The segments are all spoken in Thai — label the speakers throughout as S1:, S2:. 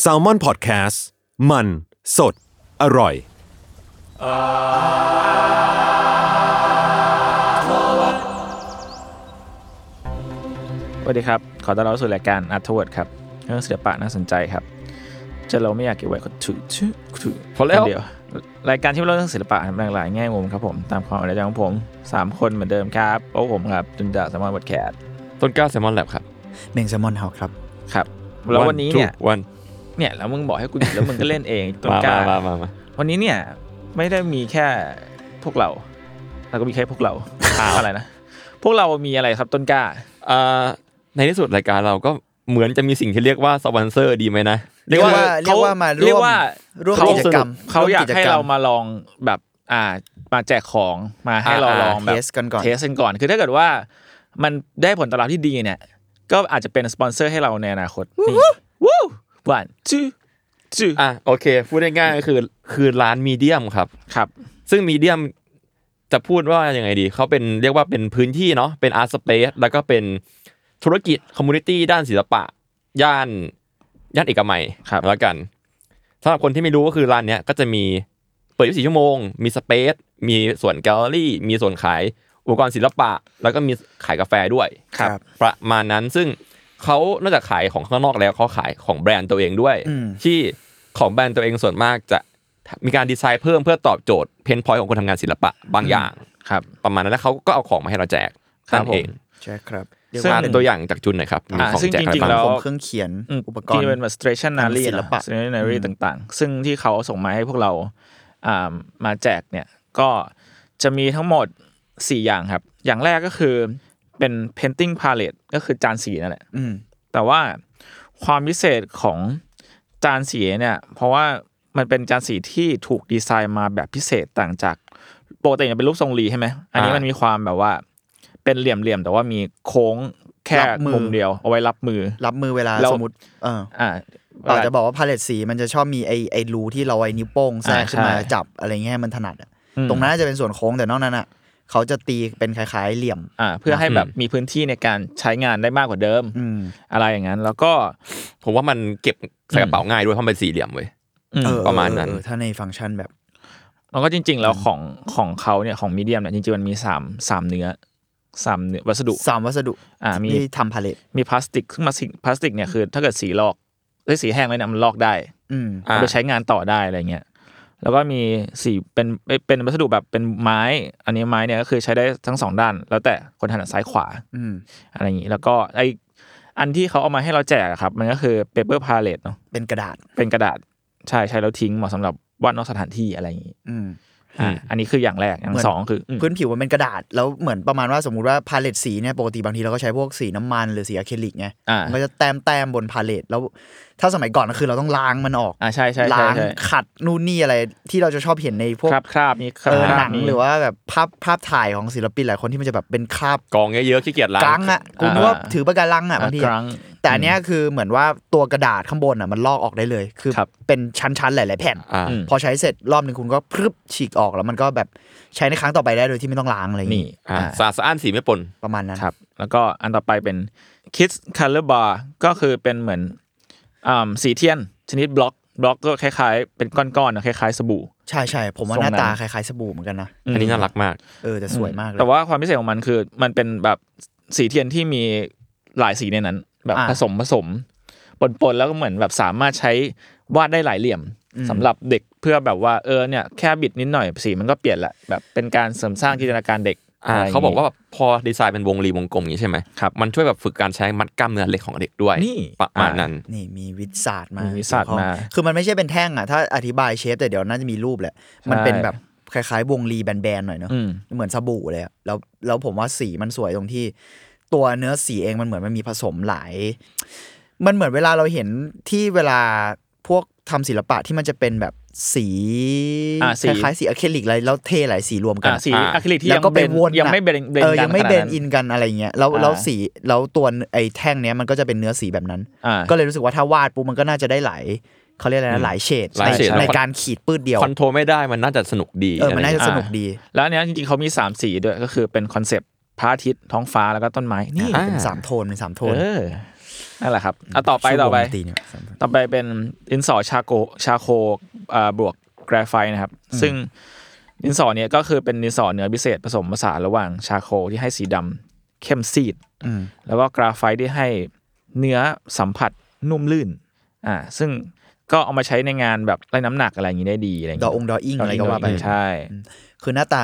S1: แซลมอนพอดแคสต์มันสดอร่อย
S2: สวัสดีครับ ขอต้อนรับสู่รายการอัธวัตครับเรื่องศิลปะน่าสนใจครับจะเราไม่อยากเก็บไว้ก็ถือถือถือ
S3: พอแล้ว
S2: คนเดียวรายการที่เราเรื่องศิลปะหลากหลายแง่มุมครับผม ตามความเอาใจของผม 3 คนเหมือนเดิมครับโอ้ผมครับจุนดาสมอนบัตแคท
S3: ต้นกล้าแซมมอนแลบครับ
S4: เมงแซลมอนเฮาครับ
S2: ครับ แล้ววันนี้เนี่ย
S3: วัน
S2: เนี่ยแล้วมึงบอกให้กูหยุดแล้วมึงก็เล่นเองต้น
S3: มาก
S2: ล้า
S3: มามามา
S2: วันนี้เนี่ยไม่ได้มีแค่พวกเราแล้วก็มีแค่พวกเราอะไรนะพวกเรามีอะไรครับต้นกล้า
S3: อ่าในที่สุดรายการเราก็เหมือนจะมีสิ่งที่เรียกว่าสปอนเซอร์ดีไหมนะ
S4: เรียกว่าเรียกว่ามาร่วม
S2: เรียกว่า
S4: ร่วม
S2: เขา
S4: กิจกรรม
S2: เขาอยากให้
S4: ร่วมกิจกรรม
S2: เรามาลองแบบอ่ามาแจกของมาให้เรา
S3: อ่า
S2: ลองแบบ
S4: เทสกันก่อน
S2: เทสกันก่อน คือถ้าเกิดว่ามันได้ผลตอบรับที่ดีเนี่ย ก็อาจจะเป็นสปอนเซอร์ให้เราในอนาคตนี่วู้วันจื้อจื้อ
S3: อ่ะโอเค พูดได้ง่ายๆก็คือคือร้านมีเดียมครับ
S2: ครับ
S3: ซึ่งมีเดียมจะพูดว่ายังไงดี เขาเป็นเรียกว่าเป็นพื้นที่เนาะเป็นอาร์ตสเปซแล้วก็เป็นธุรกิจคอมมูนิตี้ด้านศิลปะ ย่านย่านเอกมัย
S2: ครับ
S3: แล้วกันสำหรับคนที่ไม่รู้ก็คือร้านเนี้ยก็จะมีเปิด 24 ชั่วโมง มีสเปซมีส่วนแกลเลอรี่ มีส่วนขายอุปกรณ์ศิลปะ แล้วก็มีขายกาแฟด้วย
S4: ครับ
S3: ประมาณนั้นซึ่งเขานอกจากขายของข้างนอกแล้วเขาขายของแบรนด์ตัวเองด้วย
S4: อืม
S3: ที่ของแบรนด์ตัวเองส่วนมากจะมีการดีไซน์เพิ่มเพื่อตอบโจทย์เพนพอยของคนทำงานศิลปะบางอย่าง
S2: ครับ
S3: ประมาณนั้นแล้วเขาก็เอาของมาให้เราแจก
S2: ครั
S3: นั่
S2: บ
S3: นเอง
S4: ใช่ครับ
S2: ซึ่ง
S4: เรียก
S3: อ่า
S4: ว่า
S2: หนึ่ง
S3: ตัวอย่างจากจุนหน่อยครับมี
S2: อ่า
S3: ของ
S2: ซึ่ง
S3: แจกอะไร
S2: จริงๆ
S3: บ้าง
S2: แล้ว
S4: ผมเครื่องเขียนอุปกรณ์
S2: ที่เป็นแบบ stationery
S4: ทางศิลปะ
S2: น stationery ต่างๆ ซึ่งที่เขาส่งมาให้พวกเราอ่ามาแจกเนี่ยก็จะมีทั้งหมด 4 อย่างครับ อย่างแรกก็คือเป็น painting palette ก็คือจานสีนั่นแหละ
S4: อืม
S2: แต่ว่าความพิเศษของจานสีเนี่ย เพราะว่ามันเป็นจานสีที่ถูกดีไซน์มาแบบพิเศษต่างจากปกติจะเป็นรูปทรงรีใช่ไหมอันนี้มันมีความแบบว่าเป็นเหลี่ยมๆแต่ว่ามีโค้งแค่
S4: รับมือ
S2: มุมเดียวเอาไว้รับมือ
S4: รับมือเวลา
S2: แล้ว
S4: สมมติเออ
S2: อ่า
S4: เราจะบอกว่าพาเลตสีมันจะชอบมีไอไอรูที่เราไอ้นิ้วโป้งแทรก
S2: อ่า
S4: ขึ้นมา
S2: ใช่
S4: จับอะไรเงี้ยให้มันถนัดอะ
S2: อืม
S4: ตรงนั้นนาจะเป็นส่วนโค้งแต่นอกนั้นอ่ะเขาจะตีเป็นคล้ายๆเหลี่ยม
S2: อ่าเพื่อให้แบบมีพื้นที่ในการใช้งานได้มากกว่าเดิม
S4: อืม
S2: อะไรอย่างนั้นแล้วก็
S3: ผมว่ามันเก็บใส่กระเป๋าง่ายด้วยเพราะมันเป็นสี่เหลี่ยมเว้ย
S2: อืม
S4: เออ
S3: ประมาณนั้น
S4: เออเออถ้าในฟังก์ชันแบบ
S2: แล้วก็จริง ๆ แล้วของของเขาเนี่ยของมีเดียมเนี่ยจริงๆมันมีสามสามเนื้อสามเนื้อวัสดุ
S4: สามวัสดุ
S2: อ่ามี
S4: ที่ทำพาเลต
S2: มีพลาสติกซึ่งมาสิพลาสติกเนี่ยคือถ้าเกิดสีลอกได้สีแห้งเลยเนี่ยมันลอกได้
S4: อืม
S3: อ่า
S2: เอาไปใช้งานต่อได้อะไรเงี้ยแล้วก็มีสีเป็นเป็นวัสดุแบบเป็นไม้ อันนี้ไม้เนี่ยก็คือใช้ได้ทั้งสองด้าน แล้วแต่คนถนัดซ้ายขวา
S4: อืม
S2: อะไรอย่างนี้แล้วก็ไออันที่เขาเอามาให้เราแจกอะครับ มันก็คือเปเปอร์พาเลตเนาะ
S4: เป็นกระดาษ
S2: เป็นกระดาษใช่ใช้แล้วทิ้งเหมาะสำหรับวาดนอกสถานที่อะไรอย่างนี้
S4: อืม
S2: อ่ะอันนี้คืออย่างแรก อย่าง
S4: เหมือน
S2: สองคืออืม
S4: พื้นผิวมันเป็นกระดาษแล้วเหมือนประมาณว่าสมมุติว่าพาเลตสีเนี่ยปกติบางทีเราก็ใช้พวกสีน้ำมันหรือสีอะคริลิกไง
S2: อ่า
S4: มันก็จะแต้มแต้มบนพาเลทแล้วถ้าสมัยก่อนก็คือเราต้องล้างมันออก
S2: อ่าใช่ใช่ใช่
S4: ล้าง
S2: ใช่
S4: ขัดนู่นนี่อะไรที่เราจะชอบเห็นในพวก
S2: คราบคราบนี้ครา
S4: เอบ อ
S2: คราบ
S4: หนัง
S2: นี้
S4: หรือว่าแบบภาพภาพถ่ายของศิลปินหลายคนที่มันจะแบบเป็นคราบ
S3: กองเยอะๆขี้เกียจล้าง
S4: กรังอ่ะกูนึกว่าถือปากการังอ่ะ
S2: อ่า
S4: บางที
S2: กรัง
S4: แต่อันเนี้ยคือเหมือนว่าตัวกระดาษข้างบนอ่ะมันลอกออกได้เลย คือ
S2: ครับ
S4: เป็นชั้นๆหลายๆแผ่น
S3: อ่า
S2: อืม
S4: พอใช้เสร็จรอบหนึ่งคุณก็พรึบฉีกออกแล้วมันก็แบบใช้ในครั้งต่อไปได้โดยที่ไม่ต้องล้างอะไรอย่าง
S2: นี่
S4: งี้
S3: อ่า
S2: อ่า
S3: สะอาดสะอ้านสีไม่ปน
S4: ประมาณนั้น
S2: ครับ แล้วก็อันต่อไปเป็น Kids Color Bar ก็คือเป็นเหมือนอ่าสีเทียน ชนิดบล็อกบล็อกก็คล้ายๆ เป็นก้อนๆนะคล้ายๆ สบู่
S4: ใช่ใช่ผมว่า
S2: ทรง
S4: ห
S2: นั้
S4: น้าน ตาคล้ายๆสบู่เหมือนกันนะ
S3: อันนี้น่ารักมาก
S4: เออแต่สวยมากเลย
S2: แต่ว่าความพิเศษของมันคือมันเป็นแบบสีเทียนที่มีหลายสีในนั้น แบบ
S4: อ่า
S2: ผสมผสม ปนๆแล้วก็เหมือนแบบสามารถใช้วาดได้หลายเหลี่ยม
S4: อืม
S2: สำหรับเด็กเพื่อแบบว่าเออเนี่ยแค่บิดนิดหน่อยสีมันก็เปลี่ยนละแบบเป็นการเสริมสร้างจินตนาการเด็ก
S3: อ่า
S2: ะไรย่งงี้
S3: เขาบอกว่าแบบพอดีไซน์เป็นวงรีวงกลมอย่างนี้ใช่ไหม
S2: ครับ
S3: มันช่วยแบบฝึกการใช้มัดกล้ามเนื้อเล็กของเด็กด้วย
S2: นี่
S3: ประมาณนั้น
S4: นี่มีวิทยาศาสตร์มา
S2: วิทยาศาสตร์
S4: เกี่ยวข้อง
S2: มา
S4: คือมันไม่ใช่เป็นแท่งอ่ะ ถ้าอธิบายเชฟแต่เดี๋ยวน่าจะมีรูปแหละ มันเป็นแบบคล้ายๆ วงรีแบนๆหน่อยเนอะ
S2: อืม
S4: เหมือนสบู่เลยอะแล้วแล้วผมว่าสีมันสวยตรงที่ ตัวเนื้อสีเองมันเหมือนมันมีผสมหลาย มันเหมือนเวลาเราเห็นที่เวลาพวกทำศิลปะที่มันจะเป็นแบบสี
S2: อ่าสี
S4: คล้ายๆสีอะคริลิกอะไรแล้วเทหลายสีรวมกั
S2: อ่าน สี
S3: อ่า
S2: อะคริลิกที่
S4: แล้ว
S2: ยัง
S4: ก็ไป
S2: น
S4: วน
S2: ยัง
S4: อะ
S2: ไม่เบนเบน
S4: เออ
S2: กั
S4: ยังไม่เบน
S2: ขาด
S4: อินกันอะไรเงี้ยแล้ว
S2: อ่า
S4: แล้วสีแล้วตัวไอ้แท่งเนี้ยมันก็จะเป็นเนื้อสีแบบนั้น
S2: อ่า
S4: ก็เลยรู้สึกว่าถ้าวาดปุ๊บมันก็น่าจะได้หลายเขาเรียกอะไรนะหลายเฉด
S3: หลายเฉด
S4: ในในการขีดปืดเดียว
S3: คอนโทรลไม่ได้มันน่าจะสนุกดี
S4: เออมันน่าจะ
S3: ไร
S4: ส
S3: ย่างเงี้ย
S4: นุกดี
S2: แล้วอันเนี้ยจริงๆเขามี 3 สีด้วย ก็คือเป็นคอนเซปต์พระอาทิตย์ท้องฟ้าแล้วก็ต้นไม้ นี่
S4: เป็นสามโทนเป็นสามโทน
S2: เออนั่นแหละครับเอาต่อไป
S4: ชื่วง
S2: ต่อไป
S4: ดนตรีเนี่ยสามโทน
S2: ต่อไปเป็นดินสอชาโกชาโคอ่าบวกแกรไฟต์นะครับ ซึ่งดินสอเนี่ยก็คือเป็นดินสอเนื้อพิเศษผสมผสานระหว่างชาโคที่ให้สีดำเข้มซีด
S4: อืม
S2: แล้วก็กราไฟต์ที่ให้เนื้อสัมผัสนุ่มลื่นอ่าซึ่งก็เอามาใช้ในงานแบบไล่น้ำหนักอะไรอย่างนี้ได้ดีอะไรอย่าง
S4: ดอ
S2: เงี้ย
S4: องค์ดออิ่งอะไรก็ว่าไป
S2: ใช่
S4: คือหน้าตา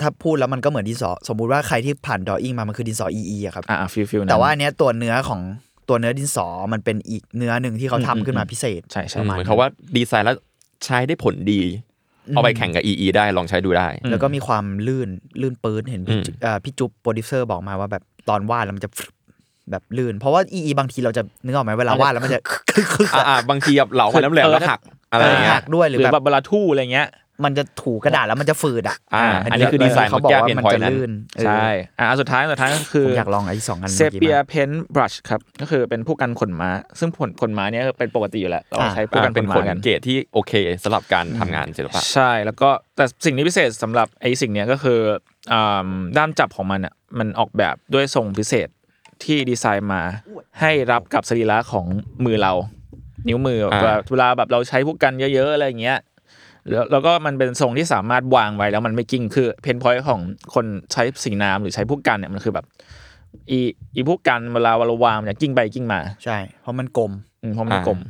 S4: ถ้าพูดแล้วมันก็เหมือนดินสอสมมุติว่าใครที่ผ่านดออิ่งมามันคือดินสออีอีอะครับ
S2: อ่าฟิลฟิล
S4: แต่ว่าอันเนี้ยตัวเนื้อของตัวเนื้อดินสอมันเป็นอีกเนื้อหนึ่งที่เขาทำขึ้นมาพิเศษ
S2: ใช่ใช่
S3: เหมือนเขาว่าดีไซน์แล้วใช้ได้ผลดี เอาไปแข่งกับ EE ได้ลองใช้ดูได้
S4: แล้วก็มีความลื่นลื่นปืนเห็นพี่จุ๊บเอ่อพี่จุ๊บโปรดิวเซอร์บอกมาว่าแบบตอนวาดแล้วมันจะฟรึบแบบลื่น เพราะว่าอีบางทีเราจะนึกออกไหมเวลาวาดแล้วมันจะคึกๆ
S3: อ่า
S4: อะ
S3: อ่าบางทีแบบเหลาไปน้ำแหลม
S2: เออ
S3: แล้วหักอะไรอย่างเงี้
S4: หั
S3: ย
S4: กด้วย
S2: ห
S4: ห
S2: รื
S4: รือ อแบ
S2: แบบ
S4: บ
S2: เวลาทู่อะไรเงี้ย
S4: มันจะถูกระดาษแล้วมันจะฝืดอ่ะ
S3: อ่า
S2: อันนี้
S3: อันนี้คือดีไซน์
S4: เขา
S3: เขา
S4: บอก
S3: แก้
S4: ว่า
S3: เพียง
S4: มัน
S3: พอย
S4: จะ
S3: นั้น
S4: ลื่นเออ
S2: ใช่อ่ะอันสุดท้ายอันสุดท้ายก็คื
S4: ผ
S2: อ
S4: ม
S2: อ
S4: อยากลองไอ้สองอัน
S2: เซ
S4: เมื่อ
S2: เปี
S4: กี้
S2: ย
S4: มาก
S2: เพนบรัชครับ ก็คือเป็นผู้กันขนม้า ซึ่งผลขนม้าเนี่ยเป็นปกติอยู่แล้ว เรา
S4: อ่า
S2: ใช้ผู้
S3: อ่า
S2: กันข
S3: เป็น
S2: น
S3: ผ
S2: ม้า
S3: ล
S2: กัน
S3: เกรดที่โอเคสำหรับการทำงานศิลปะ
S2: ใช่ แล้วก็แต่สิ่งที่พิเศษสำหรับไอ้สิ่งเนี้ยก็คืออ่าด้ามจับของมันอ่ะมันออกแบบด้วยทรงพิเศษที่ดีไซน์มาให้รับกับสรีระของมือเรา นิ้วมือ
S3: อ่า
S2: แบบเวลาแบบเราใช้ผู้กันเยอะๆอะไรอย่างเงี้ย แล้วแล้วก็มันเป็นทรงที่สามารถวางไว้แล้วมันไม่กิ้งคือเพนพอยต์ของคนใช้สีน้ำหรือใช้ผู้กันเนี่ยมันคือแบบ อีอีผู้กันเวลาเราวางเนี่ยกิ้งไปกิ้งมา
S4: ใช่ เพราะมันกลม
S2: อืมเพราะมันกลม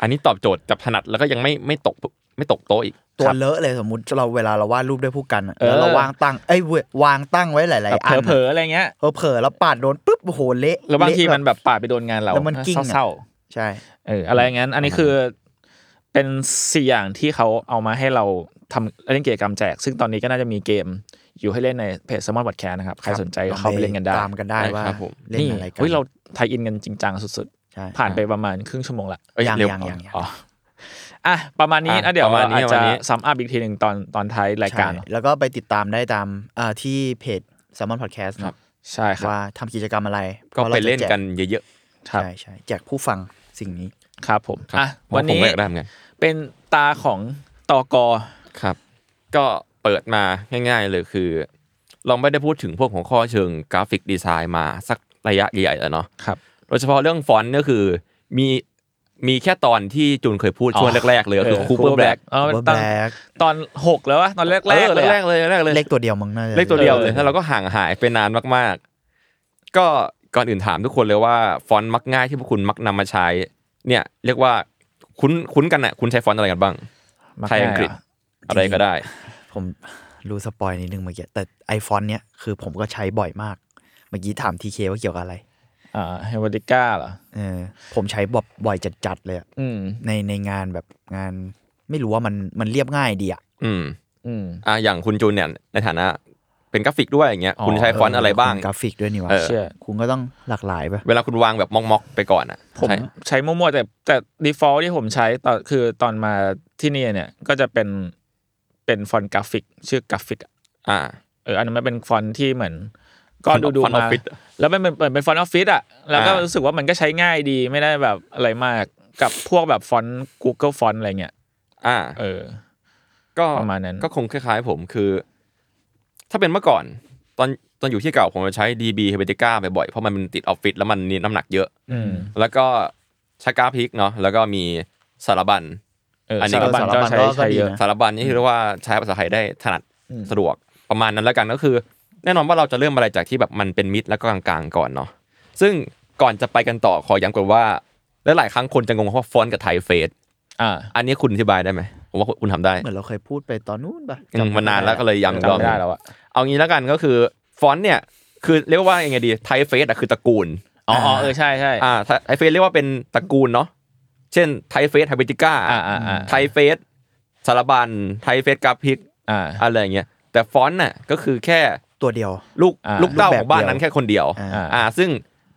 S3: อันนี้ตอบโจทย์จับถนัดแล้วก็ยังไม่ไม่ตกไม่ตกโต๊ะอีก
S4: ตัว
S3: ครับ
S4: เลอะเลยสมมติเราเวลาเราวาดรูปด้วยผู้กันอะ
S2: เออ
S4: แล้วเราวางตั้งเอ้ยเว้ยวางตั้งไว้หลาย
S2: แบบ
S4: ๆอัน
S2: เผลอๆอะไรเงี้ย
S4: เออเผลอแล้วปาดโดนปุ๊บโอ้โหเละ
S2: แล้วบางที
S4: เละ
S2: มันแบบปาดไปโดนงานเรา
S4: แล้วมันกิ้งอะ
S2: เศร้า
S4: ใช่
S2: ๆเอออะไรอย่างนั้น อันนี้คือเป็นสี่อย่างที่เขาเอามาให้เราทำเล่นกิจกรรมแจก ซึ่งตอนนี้ก็น่าจะมีเกมอยู่ให้เล่นในเพจสมอนวัดแคนะครับใครสนใจก็เข้าไปเล่นกันได้
S4: ตามกันได้ว่าเล่น
S2: นี่
S4: อะไรกั
S2: เฮ้ยเราไทยอินกันจริงจังสุด
S4: ใช่
S2: ๆ ผ่านไปประมาณครึ่งชั่วโมงละ
S3: เอ้ย
S4: ยัง
S3: เร็ว
S4: ยังยังยัง
S2: อ๋อ อ่ะประมาณนี้นะ
S3: อ่ะ
S2: เดี๋ยว
S3: ประมาณนี้
S2: อาจ
S3: ประ
S2: จะ
S3: มาณนี้
S2: ซ้ำอัพอีกทีหนึ่งตอนตอนท้ายรายการ
S4: ใช่แล้วก็ไปติดตามได้ตามเอ่อที่เพจ s ซ l m o n Podcast เนอะ
S2: ใช่ครับ
S4: ว่าทำกิจกรรมอะไร
S3: ก็
S4: พราะ
S3: ไป
S4: ราจะ
S3: เล่นกัน
S4: แจ
S3: เยอะ
S2: ครับ
S4: ใช่ใช่แจกผู้ฟังสิ่งนี้
S2: ครับผม
S3: ๆครับ
S2: อ่ะ
S3: ผม
S2: วัน
S3: ผม
S2: นี้
S3: ก็อยากได้เหมือนกัน
S2: เป็นตาของตอกอ
S3: ครับ ก็เปิดมาง่าย ๆ เลยคือ เราไม่ได้พูดถึงพวกหัวข้อเชิงกราฟิกดีไซน์มาสักระยะใหญ่ๆแล้วเนาะ
S2: ครับ
S3: โดยเฉพาะเรื่องฟอนต์ก็คือมีมีแค่ตอนที่จูนเคยพูดช่วง
S2: อ๋อ
S3: แรกๆเลยก็คือคูเปอ
S2: Cooper
S3: ร์แบล็ก
S2: Black เออมัน
S4: Cooper
S2: ตั้ง
S4: Black
S2: ตอนหกแล้ววะตอนแรก
S3: แรก
S2: ๆเลย
S3: แร
S2: อะ
S3: กเลยแรกเลย
S4: เลขตัวเดียวมั้งน่าจะ
S2: เลขตัวเดียว
S3: ออแล้วเราก็ห่างหายไปนานมากๆ ก็ก่อนอื่นถามทุกคนเลยว่าฟอนต์มักง่ายที่พวกคุณมักนำมาใช้ เนี่ยเรียกว่าคุ้นคุ้นกันน่ะคุณใช้ฟอนต์อะไรกันบ้าง
S2: มัก
S3: ไทยอังกฤษ
S2: ง่ายอะ
S3: อะไรก็ได้
S4: ผมรู้สปอยนิดนึงเมื่อกี้แต่ไอฟอนเนี้ยคือผมก็ใช้บ่อยมาก เมื่อกี้ถามทีเคว่าเกี่ยวกับอะไร
S2: อ่าเฮวติก้าเหรอ
S4: เออผมใช้บบ่อยจัดๆเลยอะ
S2: อืม
S4: ในในงานแบบงาน ไม่รู้ว่ามันมันเรียบง่ายดีอะ
S3: อืม
S2: อืม
S3: อ่ะอย่างคุณจูนเนี่ยในฐานะเป็นกราฟิกด้วยอย่างเงี้ย
S2: อ๋อ
S3: คุณใช้ฟอนต์อะไรบ้าง
S4: คุณกราฟิกด้วยนี่วะ
S3: เออ
S2: เชื่อ
S4: คุณก็ต้องหลากหลายปะ
S3: เวลาคุณวางแบบมอกๆไปก่อนอ่ะ
S2: ผม
S3: ใช่
S2: ใช้มั่วๆแต่แต่ default ที่ผมใช้ตอนคือตอนมาที่นี่เนี่ยก็จะเป็นเป็นฟอนต์กราฟิก ชื่อกราฟิก
S3: อ่า
S2: เอออันนั้นมันเป็นฟอนต์ที่เหมือนก็
S3: ฟอนต์
S2: ดูดู
S3: ฟอนต์
S2: มา
S3: ออฟฟิศอะ
S2: แล้วมันเป็นเป็นฟอนต์ออฟฟิศอ่ะแล้วก็
S3: อ่ารู้
S2: รู้สึกว่ามันก็ใช้ง่ายดีไม่ได้แบบอะไรมากกับพวกแบบฟอนต์ Google ฟอนต์อะไรเงี้ย
S3: อ่า
S2: เออ
S3: ก็
S2: ประมาณนั้น
S3: ก็คงคล้ายๆผมคือ ถ้าเป็นเมื่อก่อน ตอนตอนอยู่ที่เก่าผมจะใช้ DB h e b e t i c a บ่อยๆเพราะมันเป็นติดออฟฟิศแล้วมันนี่น้ำหนักเยอะ
S2: อืม
S3: แล้วก็ชากราพิกเนาะแล้วก็มีสารบัญ
S2: เออ
S3: อันนี้
S2: สาร
S3: ก็
S2: บัญก็ใช้
S4: สารบัญก็
S2: ใช้เยอะ
S4: ก็ดีนะ
S3: สารบัญนี่คือเรียกว่าใช้ภาษาไทยได้ถนัด
S2: อืม
S3: สะดวกประมาณนั้นแล้วกันก็คือ แน่นอนว่าเราจะเริ่มอะไรจากที่แบบมันเป็นมิดแล้วก็กลางๆก่อนเนาะซึ่งก่อนจะไปกันต่อขอย้ำก่อนว่า และหลายครั้งคนจะงงว่าฟอนต์กับไทเฟส
S2: อ่า
S3: อันนี้คุณอธิบายได้ไหมผมว่าคุณทำได้
S4: เหมือนเราเคยพูดไปตอนนู้นปะ
S3: อืมมันนานแล้วก็เลยย้ำอีกรอบ
S2: จำไม่
S3: หนึ่
S2: ได้
S3: ง
S2: แล้วอะ
S3: เอางี้แล้วกันก็คือฟอนต์เนี่ยคือเรียกว่ายังไงดีไทเฟสอะคือตระกูล
S2: อ๋ออ๋อเออใช่ใช่
S3: อ่าไทเฟสเรียกว่าเป็นตระกูลเนาะเช่นไทเฟสไฮเบติก้า
S2: อ่าอ่าอ่า
S3: ไทเฟสสารบันไทเฟสกราฟิก
S2: อ่า
S3: อะไรอย่างเงี้ยแต่ฟอนต์น่ะก็คือแค่
S4: ตัวเดียว
S3: ลูก
S2: อ่า
S3: ลูกเต้าของบ้าน
S4: รูปแบบเดียว
S3: นั้นแค่คนเดียว
S4: อ่า
S2: อ่า
S3: อ่าซึ่ง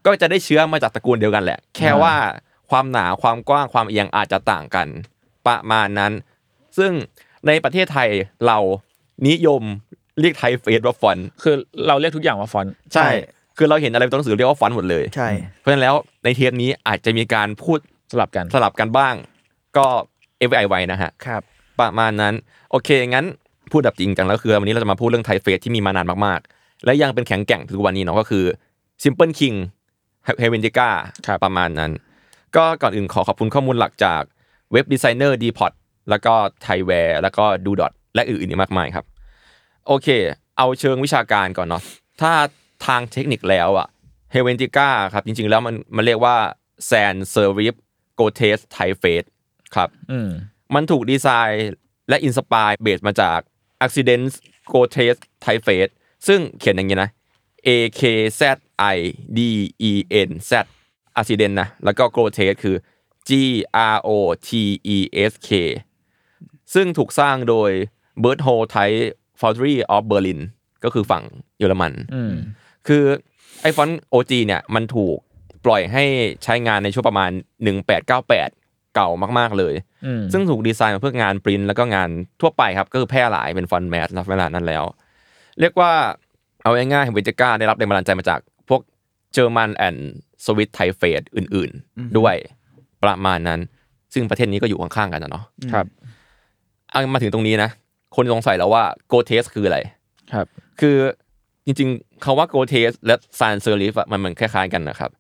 S3: ก็จะได้เชื้อมาจากตระกูลเดียวกันแหละ แค่ว่าความหนาความกว้างความเอียงอาจจะต่างกันประมาณนั้น ซึ่งในประเทศไทยเรานิยมเรียกไทเฟสว่าฟอนต์
S2: คือเราเรียกทุกอย่างว่าฟอนต์
S3: ใช่ คือเราเห็นอะไรเป็นตัวหนังสือเรียกว่าฟอนต์หมดเลย
S4: ใช่
S3: เพราะฉะนั้นแล้วในเทปนี้อาจจะมีการพูด
S2: สลับกัน
S3: สลับกันบ้าง ก็เอฟไอไว้นะฮะ
S4: ครับ
S3: ประมาณนั้น โอเค งั้นพูดแบบจริงจังแล้วคือวันนี้เราจะมาพูดเรื่องไทเฟสที่มีมานานมากๆ และยังเป็นแข็งแกร่งถึงทุกวันนี้เนาะก็คือ Simple King h e v e n t i c a
S2: ครับ
S3: ประมาณนั้น ก็ก่อนอื่นขอขอบคุณข้อมูลหลักจากเว็บดีไซเนอร์ d p o t แล้วก็ t h a i w a r e แล้วก็ d o d o t และอื่นๆอีกมากมายครับ โอเค เอาเชิงวิชาการก่อนเนาะถ้าทางเทคนิคแล้วอะ h e v e n t i c a ครับจริงๆแล้วมันมันเรียกว่า Sand s e r i f g o t e s t i f a s ครับ
S2: อืม
S3: มันถูกดีไซน์และอินสปายเบสมาจาก Accidents g o t e s t y p h a s e ซึ่งเขียนอย่างนี้นะ A K Z I D E N Z Accident นะ แล้วก็ g o t e s คือ G R O T E S K ซึ่งถูกสร้างโดย b i r d h o l t e Foundry of Berlin ก็คือฝั่งเยอรมัน
S2: อืม
S3: คือไอฟอนต์ OG เนี่ยมันถูกปล่อยให้ใช้งานในช่วงประมาณ 1898 เก่ามาก ๆ เลย
S2: อืม
S3: ซึ่งถูกดีไซน์มาเพื่องานปริ้นท์แล้วก็งานทั่วไปครับ ก็คือแพร่หลายเป็นฟอนต์แมสนะเวลานั้นแล้ว เรียกว่าเอาง่ายๆเวจิก้าได้รับแรงบันดาลใจมาจากพวกเจอร์มันแอนสวิตไทเฟสอื่นๆ ด้วยประมาณนั้น ซึ่งประเทศนี้ก็อยู่ข้างๆกันนะเนาะ
S2: ครับ
S3: เอามาถึงตรงนี้นะ คนสงสัยแล้วว่าโกเทสคืออะไร
S2: ครับ
S3: คือจริงๆคาว่าโกเทสและซานเซอริฟมันเหมือนคล้ายๆกันนะครับ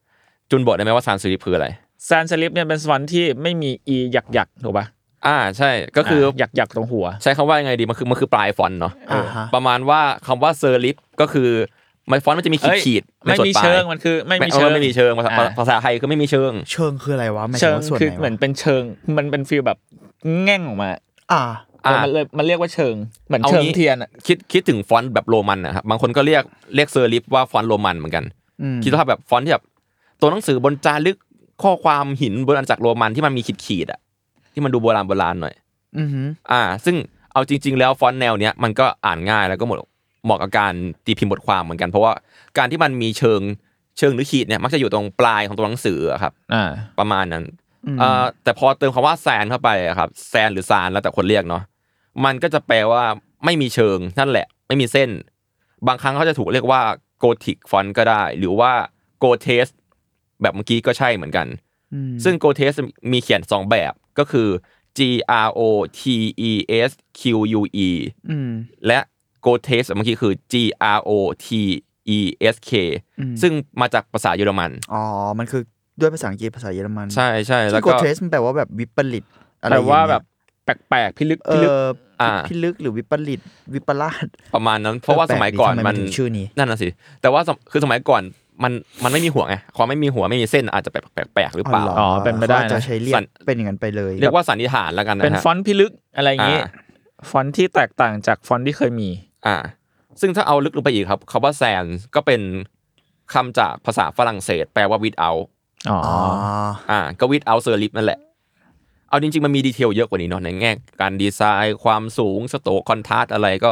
S3: จุนบอกได้ไหมว่าซานเซอริฟคืออะไร
S2: แซนสลิปเนี่ยเป็นฟอนต์ที่ไม่มีอีหยักหยักๆถูกป่ะ
S3: อ่าใช่ก็คืออ
S2: าหยักหยักๆตรงหัว
S3: ใช้คำว่ายังไงดีมันคือมันคือปลายฟอนต์เนาะ
S4: อ่าฮะ
S3: ประมาณว่าคำว่าเซอร์ลิฟก็คือมันฟอนต์มันจะมีขีด
S2: เอ้ย
S3: ขีดใน
S2: ไม่
S3: ส่วน
S2: มี
S3: ปลาย
S2: เชิงมันคือไม่มีเชิง
S3: นไม่มีเชิงภาษา
S2: อ่า
S3: ภาษาไทยคือไม่มีเชิง
S4: เชิงคืออะไรวะหมายถึ
S2: เชิ
S4: ง
S2: ง
S4: ว่าส่วน
S2: คือ
S4: ไหน
S2: เหมือน
S4: วะ
S2: เป็นเชิง มันเป็นฟีลแบบแง่งออกมา
S4: อ่า
S2: เออมันเลยมันเรียกว่าเชิง เหมือน
S3: เอา
S2: เชิง
S3: งี้
S2: เทียนอะ
S3: คิดคิดถึงฟอนต์แบบโรมันนะครับบางคนก็เรียกเรียกเซอร์ลิฟว่าฟอนต์โรมันเหมือนกัน
S4: อืม
S3: คิดว่าแบบฟอนต์ที่แบบตัวหนังสือบนจารึกข้อความหินบนอันจากรโรมันที่มันมีขีดขีดๆอะที่มันดูโบราณโบราณหน่อย
S4: อือหือ
S3: อ่า ซึ่งเอาจริง ๆ แล้วฟอนต์แนวเนี้ยมันก็อ่านง่ายแล้วก็เหมาะเหมาะกับการตีพิมพ์บทความเหมือนกัน เพราะว่าการที่มันมีเชิงเชิงหรือขีดเนี่ยมักจะอยู่ตรงปลายของตัวหนังสืออะครับ
S2: อ่า
S3: ประมาณนั้น
S4: อืม
S3: เอ่อแต่พอเติมคำว่าแซนเข้าไปอะครับแซนหรือซานแล้วแต่คนเรียกเนาะมันก็จะแปลว่าไม่มีเชิงนั่นแหละ ไม่มีเส้น บางครั้งเขาจะถูกเรียกว่าโกธิกฟอนต์ก็ได้ หรือว่าโกเทสแบบเมื่อกี้ก็ใช่เหมือนกัน
S4: อืม
S3: ซึ่งโกเทสมีเขียน 2 แบบก็คือ G R O T E S Q U E
S4: อืม
S3: และโกเทสเมื่อกี้คือ G R O T E S K
S4: อืม
S3: ซึ่งมาจากภาษาเยอรมัน
S4: อ๋อ มันคือด้วยภาษาอังกฤษภาษาเยอรมัน
S3: ใช่ใช่
S4: ซึ่
S3: แล้ว
S4: งโก
S3: ก็
S4: เทสมันแปลว่าแบบวิปริตอะไรอ
S2: แต่
S4: ย่างเงี้ย
S2: ว่าแบบแปลกๆพิลึก
S4: เอ
S2: พิลึก
S4: ออา พิลึกหรือวิปริตวิปลาส
S3: ประมาณนั้น เพราะว่า
S4: แปล
S3: ส
S4: ก
S3: มัยก่อน
S4: ดีทำไมมั
S3: มัน น
S4: ถึงชื่อนี้
S3: นั่นน่ะสิ แต่ว่าสมคือสมัยก่อนมันมันไม่มีหัวไงความไม่มีหัวไม่มีเส้นอาจจะแปลกแปลกแปลกหรือเปล่า
S2: อ๋อเป็นไปได้นะ
S4: ขาอาจจะใช้เรีย
S3: สั
S4: ก
S3: น
S4: เป็นอย่างนั้นไปเลย
S3: เรียกว่าสันนิษฐานแล้วกันนะ
S2: เป็น
S3: ฮะ
S2: ฟอนต์พิลึกอะไรอย่างนี้
S3: อ่า
S2: ฟอนต์ที่แตกต่างจากฟอนต์ที่เคยมี
S3: อ่า ซึ่งถ้าเอาลึกลงไปอีกครับคาว่าแซนก็เป็นคำจากภาษาฝรั่งเศส แปลว่าวิดเอา
S2: อ๋อ
S4: อ๋อ
S3: อ่าก็วิดเอาเซอร์ลิฟนั่นแหละ เอาจริง ๆ มันมีดีเทลเยอะกว่านี้เนาะในแง่การดีไซน์ความสูงสโตคอนทราสอะไรก็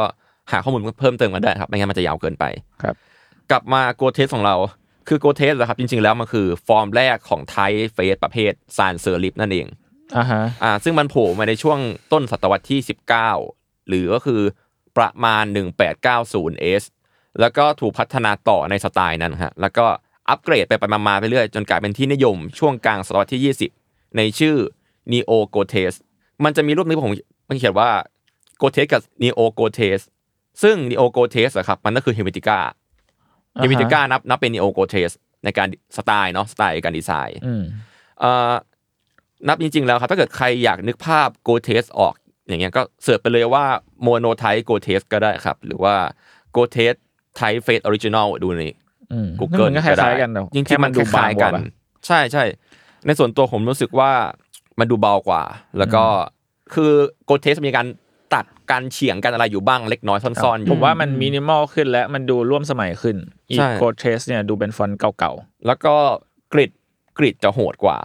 S3: หาข้อมูลเพิ่มเติมกันได้ครับ ไม่งั้นมันจะยาวเกินไป
S2: ครับ
S3: กลับมาโกเทสของเราคือโกเทสนะครับ จริง ๆ แล้วมันคือฟอร์มแรกของไทเฟสประเภทซานเซอร์ลิฟนั่นเอง
S2: อ่าฮะ
S3: อ่าซึ่งมันโผล่มาในช่วงต้นศตวรรษที่ 19 หรือก็คือประมาณ 1890s แล้วก็ถูกพัฒนาต่อในสไตล์นั้นฮะแล้วก็อัปเกรดไปไปมาๆไปเรื่อยจนกลายเป็นที่นิยมช่วงกลางศตวรรษที่ 20 ในชื่อ neo g o t e s มันจะมีรูปนี้ผมมันเขียนว่า g o t e s กับ neo g o t e s ซึ่ง neo g o t e s อะครับมันก็คือเฮมิติก้า
S2: อ่าฮะ
S3: เฮมิติก้านับนับเป็น neo g o t e s ในการสไตล์เนาะสไตล์การดีไซน์
S2: อืม
S3: เอ่อนับจริง ๆ แล้วครับ ถ้าเกิดใครอยากนึกภาพ g o t e s ออกอย่างเงี้ยก็เสิร์ชไปเลยว่า monotype g o t e s ก็ได้ครับ หรือว่า g o t e s type face original ดูใน
S2: อืม
S3: Google
S2: มันก็คล้ายๆกันแต่
S3: จริ
S2: แค่
S3: งๆ
S2: มั
S3: มัน น
S2: ดู
S3: ดู
S2: บา
S3: บาง ย
S2: ก
S3: กั
S2: ว่าน ปะ
S3: ใช่ใช่ ในส่วนตัวผมรู้สึกว่ามันดูเบากว่า แล้วก็คือโกเทสมีการตัดการเฉียงกันอะไรอยู่บ้างเล็กน้อยซ่อนๆอ
S2: ผ
S3: ยู่
S2: มว่ามันมินิมอลขึ้นและมันดูร่วมสมัยขึ้น อี
S3: ใช่
S2: โกเทสเนี่ยดูเป็นฟอนต์เก่า
S3: แล้วก็กริดกริดจะโหดกว่า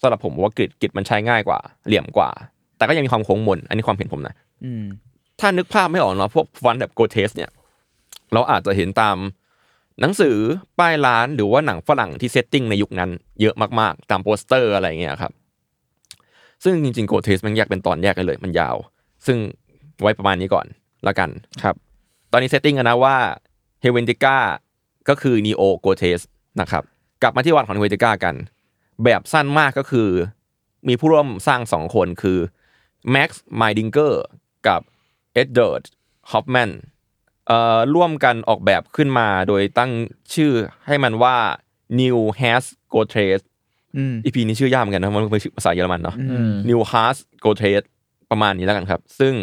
S3: สำหรับผมว่ากริดกริดมันใช้ง่ายกว่า เหลี่ยมกว่า แต่ก็ยังมีความโค้งมน อันนี้ความเห็นผมนะ
S4: อืม
S3: ถ้านึกภาพไม่ออกเนาะพวกฟันต์แบบโกเทสเนี่ย เราอาจจะเห็นตามหนังสือป้ายร้านหรือว่าหนังฝรั่งที่เซตติ้งในยุคนั้น เยอะมากๆ ตามโปสเตอร์อะไรอย่างเงี้ยครับ ซึ่งจริงๆโกเทสมันแยกเป็นตอนแยกกันเลย มันยาว ซึ่งไว้ประมาณนี้ก่อนละกัน
S2: ๆ ครับ
S3: ตอนนี้เซตติ้งกันนะว่าเฮเวนติก้าก็คือนีโอโกเทสนะครับ กลับมาที่วันของเฮเวนติก้ากัน แบบสั้นมากก็คือ มีผู้ร่วมสร้างสองคนคือแม็กซ์ไมดิงเกอร์กับเอ็ดเดิร์ดฮอปแมนเอ่อร่วมกันออกแบบขึ้นมาโดยตั้งชื่อให้มันว่า New Has g o t r a c e
S4: อืม
S3: อีพีนี้ชื่อยากเหมือนกันนะมันเป็นชื่อภาษาเยอรมันเนาะ
S2: อืม
S3: New Hearts Go Trade ประมาณนี้แล้วกันครับ ซึ่ง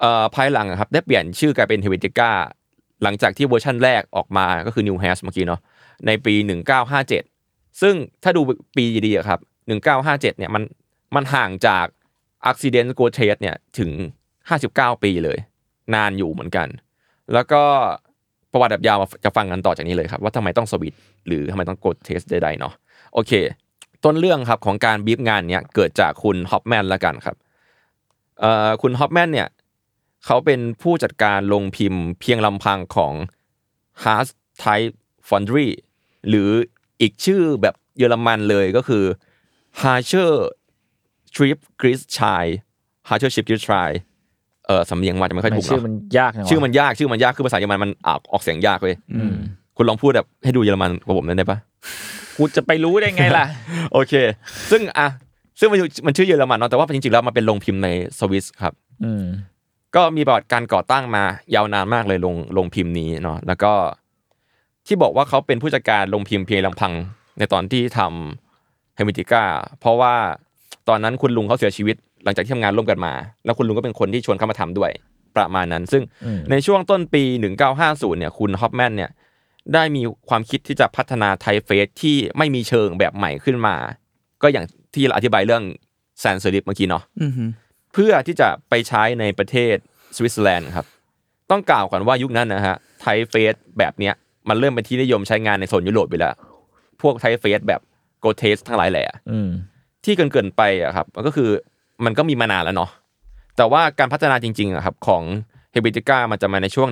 S3: เอ่อภายหลังอะครับได้เปลี่ยนชื่อกลายเป็น h e v e n t i c a หลังจากที่เวอร์ชั่นแรกออกมาก็คือ New Hearts เมื่อกี้เนาะในปี 1957 ซึ่งถ้าดูปีดีๆอะครับ 1957 เนี่ยมันมันห่างจาก Accident Go Trade เนี่ยถึง 59 ปีเลย นานอยู่เหมือนกัน แล้วก็ประวัติแบบยาวมาจะฟังกันต่อจากนี้เลยครับว่าทำไมต้องสวิตช์หรือทำไมต้องกดเทสใดๆเนาะโอเค ต้นเรื่องครับของการบีบงานเนี้ยเกิดจากคุณฮอปแมนละกันครับเอ่อคุณฮอปแมนเนี่ยเขาเป็นผู้จัดการลงพิมพ์เพียงลำพังของ h a r s Type Foundry หรืออีกชื่อแบบเยอรมันเลยก็คือ h a r s h e r t r i p g r i s c h i h a r s h e r t r i p g r i s c h i เอ่อสำเนียงมาจะไม่ค่อย
S2: ไม่
S3: ถูก
S2: ชื่อ
S3: เนาะ
S2: มันยากจังวะ
S3: ชื่อมันยากชื่อมันยากคือภาษาเยอรมันมันอ่านออกเสียงยากเว้ย
S2: อืม
S3: คุณลองพูดแบบให้ดูเยอรมันกว่าผมนั้นได้ปะ
S2: กูจะไปรู้ได้ไงล่ะ
S3: โอเค ซึ่งอ่ะซึ่งมันอยู่มันชื่อเยอรมันเนาะแต่ว่าจริงๆแล้วมันเป็นโรงพิมพ์ในสวิสครับ
S2: อืม
S3: ก็มีประวัติการก่อตั้งมายาวนานมากเลยลงลงพิมพ์นี้เนาะแล้วก็ที่บอกว่าเขาเป็นผู้จัดการลงพิมพ์เพียงลำพังในตอนที่ทำเฮมิติก้าเพราะว่าตอนนั้นคุณลุงเขาเสียชีวิต หลังจากที่ทำงานร่วมกันมา แล้วคุณลุงก็เป็นคนที่ชวนเขามาทำด้วยประมาณนั้น ซึ่ง
S2: อืม
S3: ในช่วงต้นปี 1950เนี่ยคุณฮอปแมนเนี่ยได้มีความคิดที่จะพัฒนาไทเฟสที่ไม่มีเชิงแบบใหม่ขึ้นมา ก็อย่างที่เราอธิบายเรื่องแซนเซอริฟเมื่อกี้เนาะ
S4: อืมฮึ
S3: เพื่อที่จะไปใช้ในประเทศสวิตเซอร์แลนด์ครับ ต้องกล่าวก่อนว่ายุคนั้นนะฮะไทยเฟสแบบเนี้ยมันเริ่มเป็นที่นิยมใช้งานในโซนยุโรปไปแล้ว พวกไทยเฟสแบบโกเทสทั้งหลายแหละ
S2: อืม
S3: ที่เกินๆไปอะครับมันก็คือมันก็มีมานานแล้วเนาะแต่ว่าการพัฒนาจริงๆอะครับของเฮบิติก้ามันจะมาในช่วง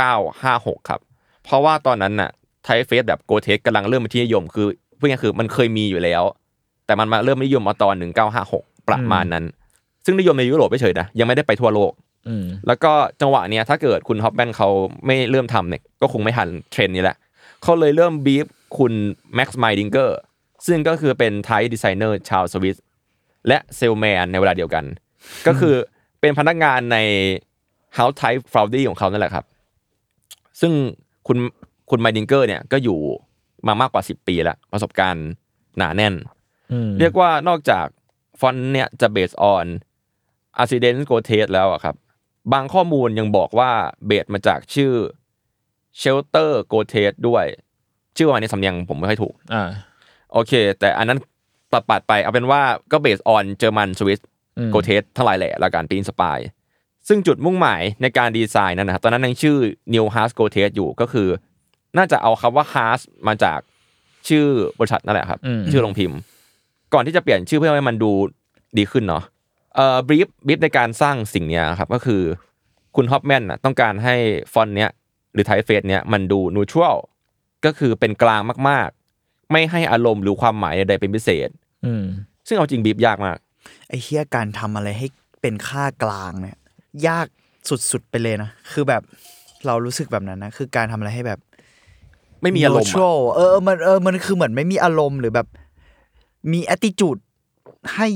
S3: 1956 ครับ เพราะว่าตอนนั้นน่ะไทเฟสแบบโกเทสกำลังเริ่มเป็นที่นิยมคือพูดง่ายๆคือมันเคยมีอยู่แล้ว แต่มันมาเริ่มนิยมมาตอน 1956 ประมาณนั้น ซึ่งนิยมในยุโรปเฉยๆนะยังไม่ได้ไปทั่วโลก
S2: อืม
S3: แล้วก็จังหวะเนี้ยถ้าเกิดคุณฮอปแมนเขาไม่เริ่มทำเนี่ยก็คงไม่ทันเทรนด์นี้แหละเขาเลยเริ่มบีฟคุณแม็กซ์ไมดิงเกอร์ซึ่งก็คือเป็นไทป์ดีไซเนอร์ชาวสวิสและเซลแมนในเวลาเดียวกัน ก็คือเป็นพนักงานใน House Type f r o u d y ของเขานั่นแหละครับ ซึ่งคุณคุณไมดิงเกอร์เนี่ยก็อยู่มามากกว่า 10 ปีแล้ว ประสบการณ์หนาแน่น
S2: อืม
S3: เรียกว่านอกจากฟอนต์เนี่ยจะเบสออน a c c i d e n t g o t e s แล้วอะครับ บางข้อมูลยังบอกว่าเบสมาจากชื่อ Shelter g o t e s ด้วย ชื่อว่าในสำเนียงผมไม่ค่อยถูก
S2: อ่า
S3: โอเค แต่อันนั้นตัดปัดไปเอาเป็นว่าก็เบสออนเจอร์มันสวิส
S2: อืม
S3: โกเทสทั้งหลายแหละละกันปีนสปายซึ่งจุดมุ่งหมายในการดีไซน์นั้นนะครับตอนนั้นยังชื่อ New h a s g o t e s อยู่ก็คือ น่าจะเอาคำว่า h a s มาจากชื่อบริษัทนั่นแหละครับ
S2: อืม
S3: ชื่อโรงพิมพ์ ก่อนที่จะเปลี่ยนชื่อเพื่อให้มันดูดีขึ้นเนาะเอ่อบรีฟบรีฟในการสร้างสิ่งเนี้ยครับก็คือคุณฮอปแมนน่ะต้องการให้ฟอนต์เนี้ยหรือไทเฟสเนี้ยมันดูนูทรัลก็คือเป็นกลางมาก ๆ ไม่ให้อารมณ์หรือความหมายใดๆเป็นพิเศษ
S2: อืม
S3: ซึ่งเอาจริงบีบยากมาก
S4: ไอ้เฮียการทำอะไรให้เป็นค่ากลางเนี่ย ยากสุดๆไปเลยนะ คือแบบเรารู้สึกแบบนั้นนะ คือการทำอะไรให้แบบ
S3: ไม่มีอารมณ์อะ
S4: neutral เออเออมันเออมันคือเหมือนไม่มีอารมณ์หรือแบบ มี attitude ให้